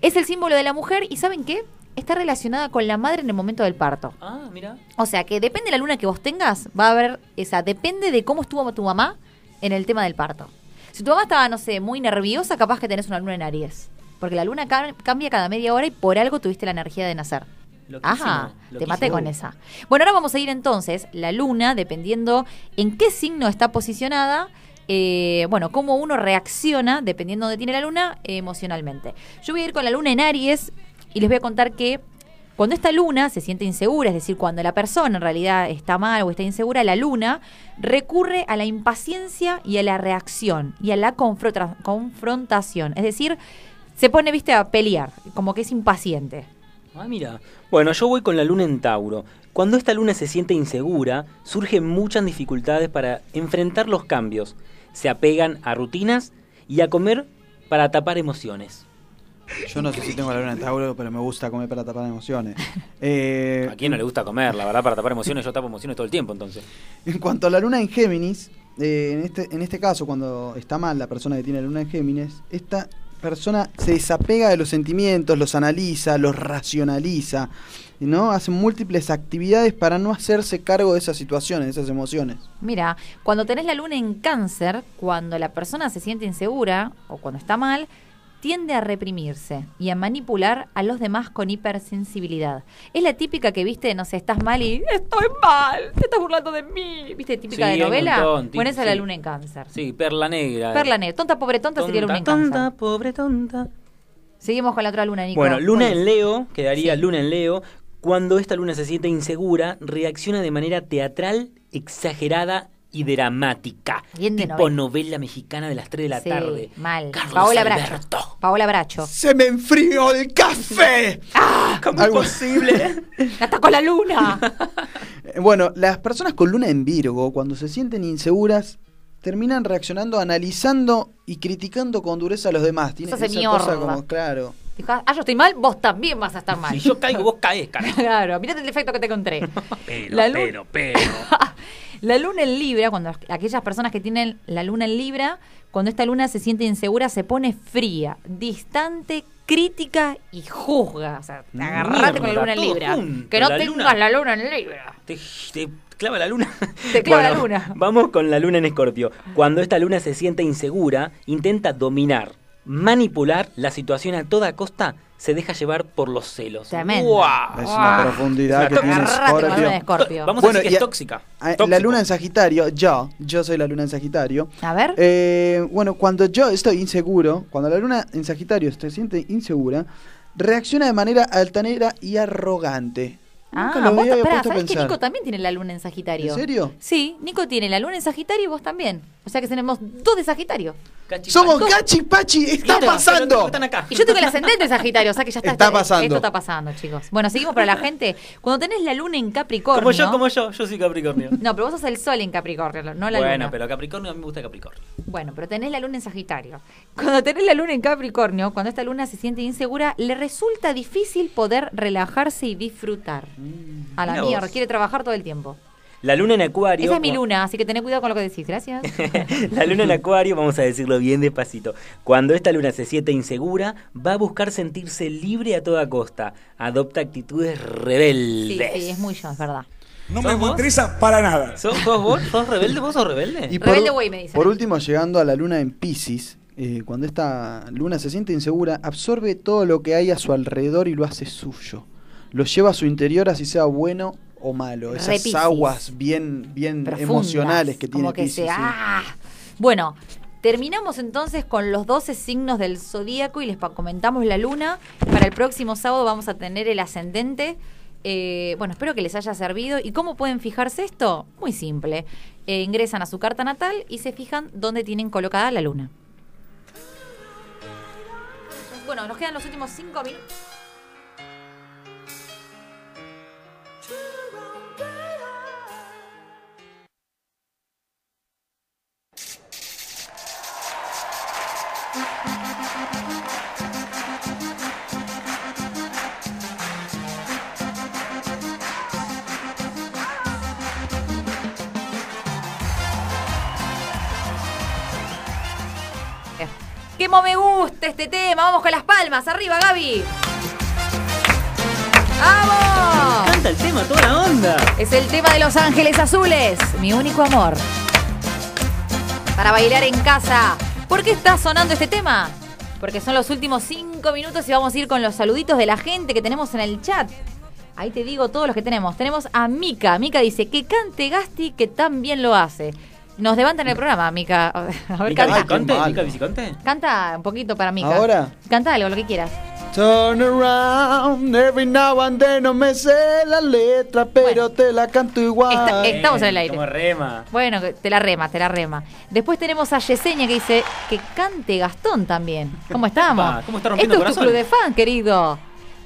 Es el símbolo de la mujer y ¿saben qué? Está relacionada con la madre en el momento del parto. Ah, mira. O sea que depende de la luna que vos tengas, va a haber esa, depende de cómo estuvo tu mamá en el tema del parto. Si tu mamá estaba, no sé, muy nerviosa, capaz que tenés una luna en Aries. Porque la luna ca- cambia cada media hora y por algo tuviste la energía de nacer. Loquísimo, Ajá, te loquísimo. maté con esa. Bueno, ahora vamos a ir entonces, la luna, dependiendo en qué signo está posicionada, eh, bueno, cómo uno reacciona, dependiendo dónde tiene la luna, eh, emocionalmente. Yo voy a ir con la luna en Aries y les voy a contar que cuando esta luna se siente insegura, es decir, cuando la persona en realidad está mal o está insegura, la luna recurre a la impaciencia y a la reacción y a la confronta- confrontación. Es decir, se pone, viste, a pelear, como que es impaciente. Ah, mira. Bueno, yo voy con la luna en Tauro. Cuando esta luna se siente insegura, surgen muchas dificultades para enfrentar los cambios. Se apegan a rutinas y a comer para tapar emociones. Yo no sé si tengo la luna en Tauro, pero me gusta comer para tapar emociones. Eh, ¿A quién no le gusta comer? La verdad, para tapar emociones, yo tapo emociones todo el tiempo, entonces. En cuanto a la luna en Géminis, eh, en, este, en este caso, cuando está mal la persona que tiene la luna en Géminis, esta persona se desapega de los sentimientos, los analiza, los racionaliza, ¿no? Hace múltiples actividades para no hacerse cargo de esas situaciones, de esas emociones. Mira, cuando tenés la luna en cáncer, cuando la persona se siente insegura o cuando está mal, tiende a reprimirse y a manipular a los demás con hipersensibilidad. Es la típica que viste, no sé, estás mal y estoy mal, te estás burlando de mí, viste, típica Sí, de hay un novela. montón, tipo, bueno, esa es la sí. luna en cáncer. Sí, perla negra. Perla negra, tonta pobre tonta, sería la luna en cáncer. Tonta, pobre tonta. Seguimos con la otra luna, Nico. Bueno, luna ¿Cuál es? en Leo, quedaría luna en Leo. Cuando esta luna se siente insegura, reacciona de manera teatral, exagerada y dramática. Bien de tipo novela. novela mexicana de las 3 de la Sí, tarde. Mal. Carlos Paola Alberto. Bracho. Paola Bracho. ¡Se me enfrió el café! ¡Ah! ¿Cómo Algo- es posible? ¡Atacó la luna! Eh, Bueno, las personas con luna en Virgo, cuando se sienten inseguras, terminan reaccionando, analizando y criticando con dureza a los demás. Tiene Eso hace esa mierda. cosa como, claro. Dijo, ah, yo estoy mal, vos también vas a estar mal. si yo caigo, vos caes, carajo. Claro, mirate el defecto que te encontré. Pero, La lu- pero, pero. La luna en Libra, cuando aquellas personas que tienen la luna en Libra, cuando esta luna se siente insegura, se pone fría, distante, crítica y juzga. O sea, agarrate con la Mierda, luna en todo Libra. junto, que no la tengas luna. la luna en Libra. Te, te clava la luna. Te clava la luna. Vamos con la luna en Escorpio. Cuando esta luna se siente insegura, intenta dominar, manipular la situación a toda costa, se deja llevar por los celos. Tremendo. ¡Guau! Es una profundidad Ah. Es que una tiene Agarrate con la luna de Scorpio. Escorpio. Vamos Bueno, a decir y que a- es tóxica. Ah, La Tóxico. luna en Sagitario, yo, yo soy la luna en Sagitario. A ver. Eh, bueno, cuando yo estoy inseguro, cuando la luna en Sagitario se siente insegura, reacciona de manera altanera y arrogante. Nunca ah, lo vos había pará, puesto a ¿sabés que pensar. Nico también tiene la luna en Sagitario? ¿En serio? Sí, Nico tiene la luna en Sagitario y vos también. O sea que tenemos dos de Sagitario. Cachi- Somos Pachi. Gachi Pachi, está Claro. pasando. Están acá. Y yo tengo el ascendente en Sagitario, o sea que ya está. Está pasando. Esto está pasando, chicos. Bueno, seguimos para la gente. Cuando tenés la luna en Capricornio. Como yo, como yo, yo soy Capricornio. No, pero vos sos el sol en Capricornio, no la bueno, luna. pero Capricornio a mí me gusta Capricornio. Bueno, pero tenés la luna en Sagitario. Cuando tenés la luna en Capricornio, cuando esta luna se siente insegura, le resulta difícil poder relajarse y disfrutar. A la mira vos. mierda, quiere trabajar todo el tiempo. La luna en Acuario. Esa es mi luna, así que tené cuidado con lo que decís, gracias. La luna en Acuario, vamos a decirlo bien despacito. Cuando esta luna se siente insegura, va a buscar sentirse libre a toda costa. Adopta actitudes Sí, rebeldes. sí, es muy yo, es verdad. No me ¿Somos? interesa para nada. ¿Sos, sos vos? ¿Sos rebelde? ¿Vos sos rebelde? Y Rebelde güey, me dicen. por último, llegando a la luna en Pisces, eh, cuando esta luna se siente insegura, absorbe todo lo que hay a su alrededor y lo hace suyo. Lo lleva a su interior, así sea bueno o malo. Esas Re Piscis. aguas bien, bien profundas, emocionales que tiene como que Pisces. se- sí. ¡ah! Bueno, terminamos entonces con los 12 signos del zodíaco y les pa- comentamos la luna. Para el próximo sábado vamos a tener el ascendente. Eh, bueno, espero que les haya servido. ¿Y cómo pueden fijarse esto? Muy simple. Eh, ingresan a su carta natal y se fijan dónde tienen colocada la luna. Bueno, nos quedan los últimos cinco minutos. ¡Quemo me gusta este tema! Vamos con las palmas. Arriba, Gaby. ¡Vamos! Canta el tema, toda la onda. Es el tema de Los Ángeles Azules, mi único amor. Para bailar en casa. ¿Por qué está sonando este tema? Porque son los últimos cinco minutos y vamos a ir con los saluditos de la gente que tenemos en el chat. Ahí te digo todos los que tenemos. Tenemos a Mica. Mica dice que cante Gasti que tan bien lo hace. Nos levantan el programa, Mica. A ver, canta. ¿Mica Viciconte? Ay, qué ¿Mica malo. Viciconte? Canta un poquito para Mica. ¿Ahora? Canta algo, lo que quieras. Turn around, every now and then no me sé la letra, pero te la canto igual. Está- eh. Estamos en el aire. Como rema. Bueno, te la rema, te la rema. Después tenemos a Yesenia que dice que cante Gastón también. ¿Cómo Epa, estamos? ¿cómo está rompiendo Esto es tu club corazones? de fan, querido.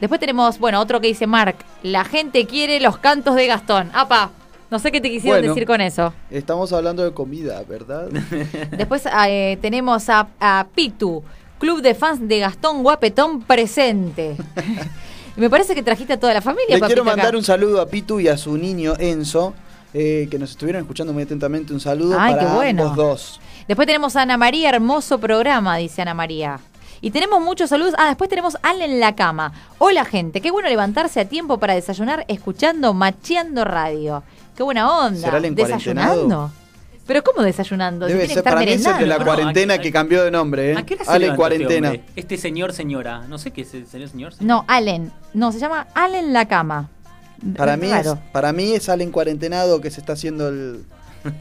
Después tenemos, bueno, otro que dice Mark. La gente quiere los cantos de Gastón. Apa, no sé qué te quisieron Bueno. decir con eso. Estamos hablando de comida, ¿verdad? Después ah, eh, tenemos a, a Pitu, club de fans de Gastón Guapetón presente. Me parece que trajiste a toda la familia. Le papito, quiero acá. mandar un saludo a Pitu y a su niño Enzo, eh, que nos estuvieron escuchando muy atentamente. Un saludo Ay, para qué bueno. ambos dos. Después tenemos a Ana María, hermoso programa, dice Ana María. Y tenemos muchos saludos. Ah, después tenemos Al en la cama. Hola gente, qué bueno levantarse a tiempo para desayunar escuchando Macheando Radio. Qué buena onda. ¿Será el encuarentenado? ¿Desayunando? ¿Pero cómo desayunando? Se Debe tiene ser, que estar para mí es el de la merendando. Bueno, cuarentena aquí- que cambió de nombre, ¿eh? ¿A qué hora se Ale levanta cuarentena. Este, hombre? Este señor, señora. No sé qué es el señor, señor. señor. No, Allen. No, se llama Allen la cama. Para mí, es, Raro. para mí es Ale cuarentenado que se está haciendo el...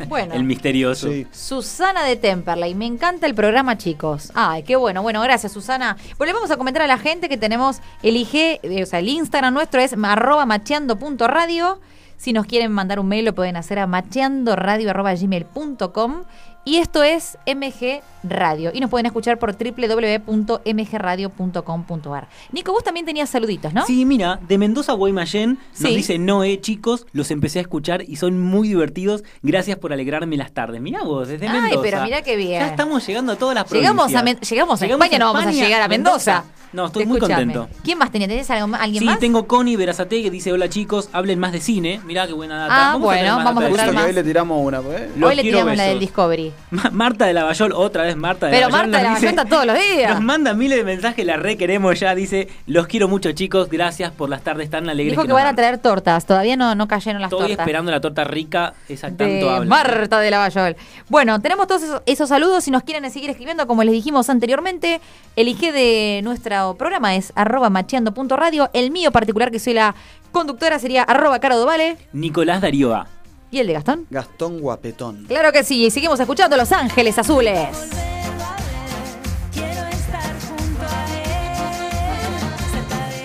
Bueno. El misterioso. Sí. Susana de Temperley, me encanta el programa, chicos. Ay, qué bueno. Bueno, gracias, Susana. Bueno, le vamos a comentar a la gente que tenemos el IG, eh, o sea, el Instagram nuestro es ma- arroba macheando.radio. Si nos quieren mandar un mail, lo pueden hacer a macheandoradio.gmail.com. Y esto es MG Radio. Y nos pueden escuchar por www.mgradio.com.ar. Nico, vos también tenías saluditos, ¿no? Sí, mira, de Mendoza a Guaymallén nos Sí. dice Noé, chicos, los empecé a escuchar y son muy divertidos. Gracias por alegrarme las tardes. Mirá vos, desde Ay, Mendoza. pero mirá qué bien. Ya estamos llegando a todas las Llegamos a, Men- provincias. llegamos a España, no vamos a llegar a Mendoza. No, estoy muy Escuchame. contento. ¿Quién más tenía? ¿Tenés algo- alguien Sí, más? tengo Connie Verazate que dice, hola chicos, hablen más de cine. Mirá qué buena data. Ah, Vamos a tener bueno, más vamos a data de buscar Justo cine. que más. hoy le tiramos una, pues. Los Hoy le quiero tiramos la besos. del Discovery. Ma- Marta de Lavallol, otra vez Marta de Pero Lavallol. Marta de nos la dice- Bayonta todos los días. Nos manda miles de mensajes, la re queremos ya. Dice, los quiero mucho, chicos. Gracias por las tardes tan alegres. Dijo que nos van a dan". traer tortas. Todavía no, no cayeron las Estoy tortas. esperando la torta rica, esa tanto de habla. Marta de la Bayol. Bueno, tenemos todos esos, esos saludos. Si nos quieren seguir escribiendo, como les dijimos anteriormente, el IG de nuestro programa es arroba macheando.radio. El mío particular, que soy la conductora, sería arroba caro Dovale. Nicolás Darioa. ¿Y el de Gastón? Gastón Guapetón. Claro que sí. Y seguimos escuchando Los Ángeles Azules. Volverlo a ver, quiero estar junto a él, cerca de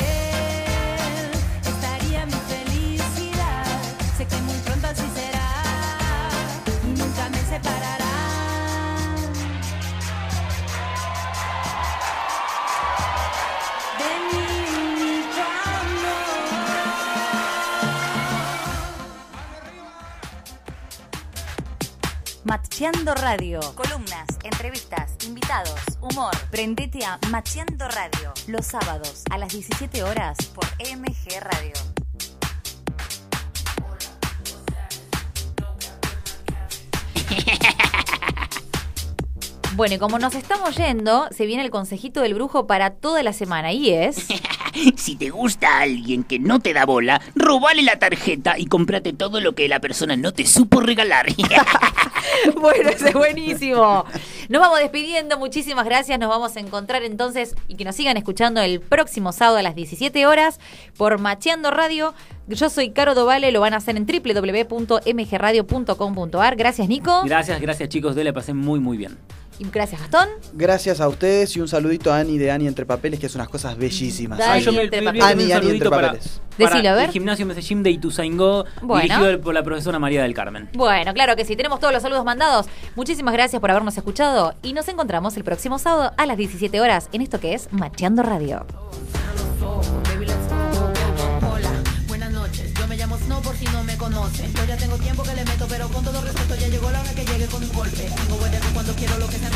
él, estaría mi felicidad, sé que muy pronto así será, y nunca me separará. De mi único amor. Macheando Radio. Columnas, entrevistas, invitados, humor. Prendete a Macheando Radio. Los sábados a las 17 horas por E MG Radio. Bueno, y como nos estamos yendo, se viene el consejito del brujo para toda la semana. Y es. Si te gusta alguien que no te da bola, robale la tarjeta y cómprate todo lo que la persona no te supo regalar. Bueno, ese es buenísimo. Nos vamos despidiendo, muchísimas gracias. Nos vamos a encontrar entonces y que nos sigan escuchando el próximo sábado a las 17 horas por Macheando Radio. Yo soy Caro Dovale, lo van a hacer en www.mgradio.com.ar. Gracias, Nico. Gracias, gracias chicos, de la pasé muy muy bien. Y gracias, Gastón. Gracias a ustedes y un saludito a Ani de Ani Entre Papeles, que es unas cosas bellísimas. Dale. Ay, yo me- entre me- me- papeles. me- un Ani, Ani, saludito entre para, papeles. para Decilo, a ver. el gimnasio Medellín de Ituzaingó, Bueno. dirigido por la profesora María del Carmen. Bueno, claro que sí, tenemos todos los saludos mandados. Muchísimas gracias por habernos escuchado y nos encontramos el próximo sábado a las 17 horas en esto que es Macheando Radio. Baby, let's go, go, go, go. Hola, buenas noches. Yo me llamo Snow por si no me conocen. Yo ya tengo tiempo que le meto, pero con todo respeto ya llegó la hora que llegue con un golpe. Hago guardia cuando quiero lo que sea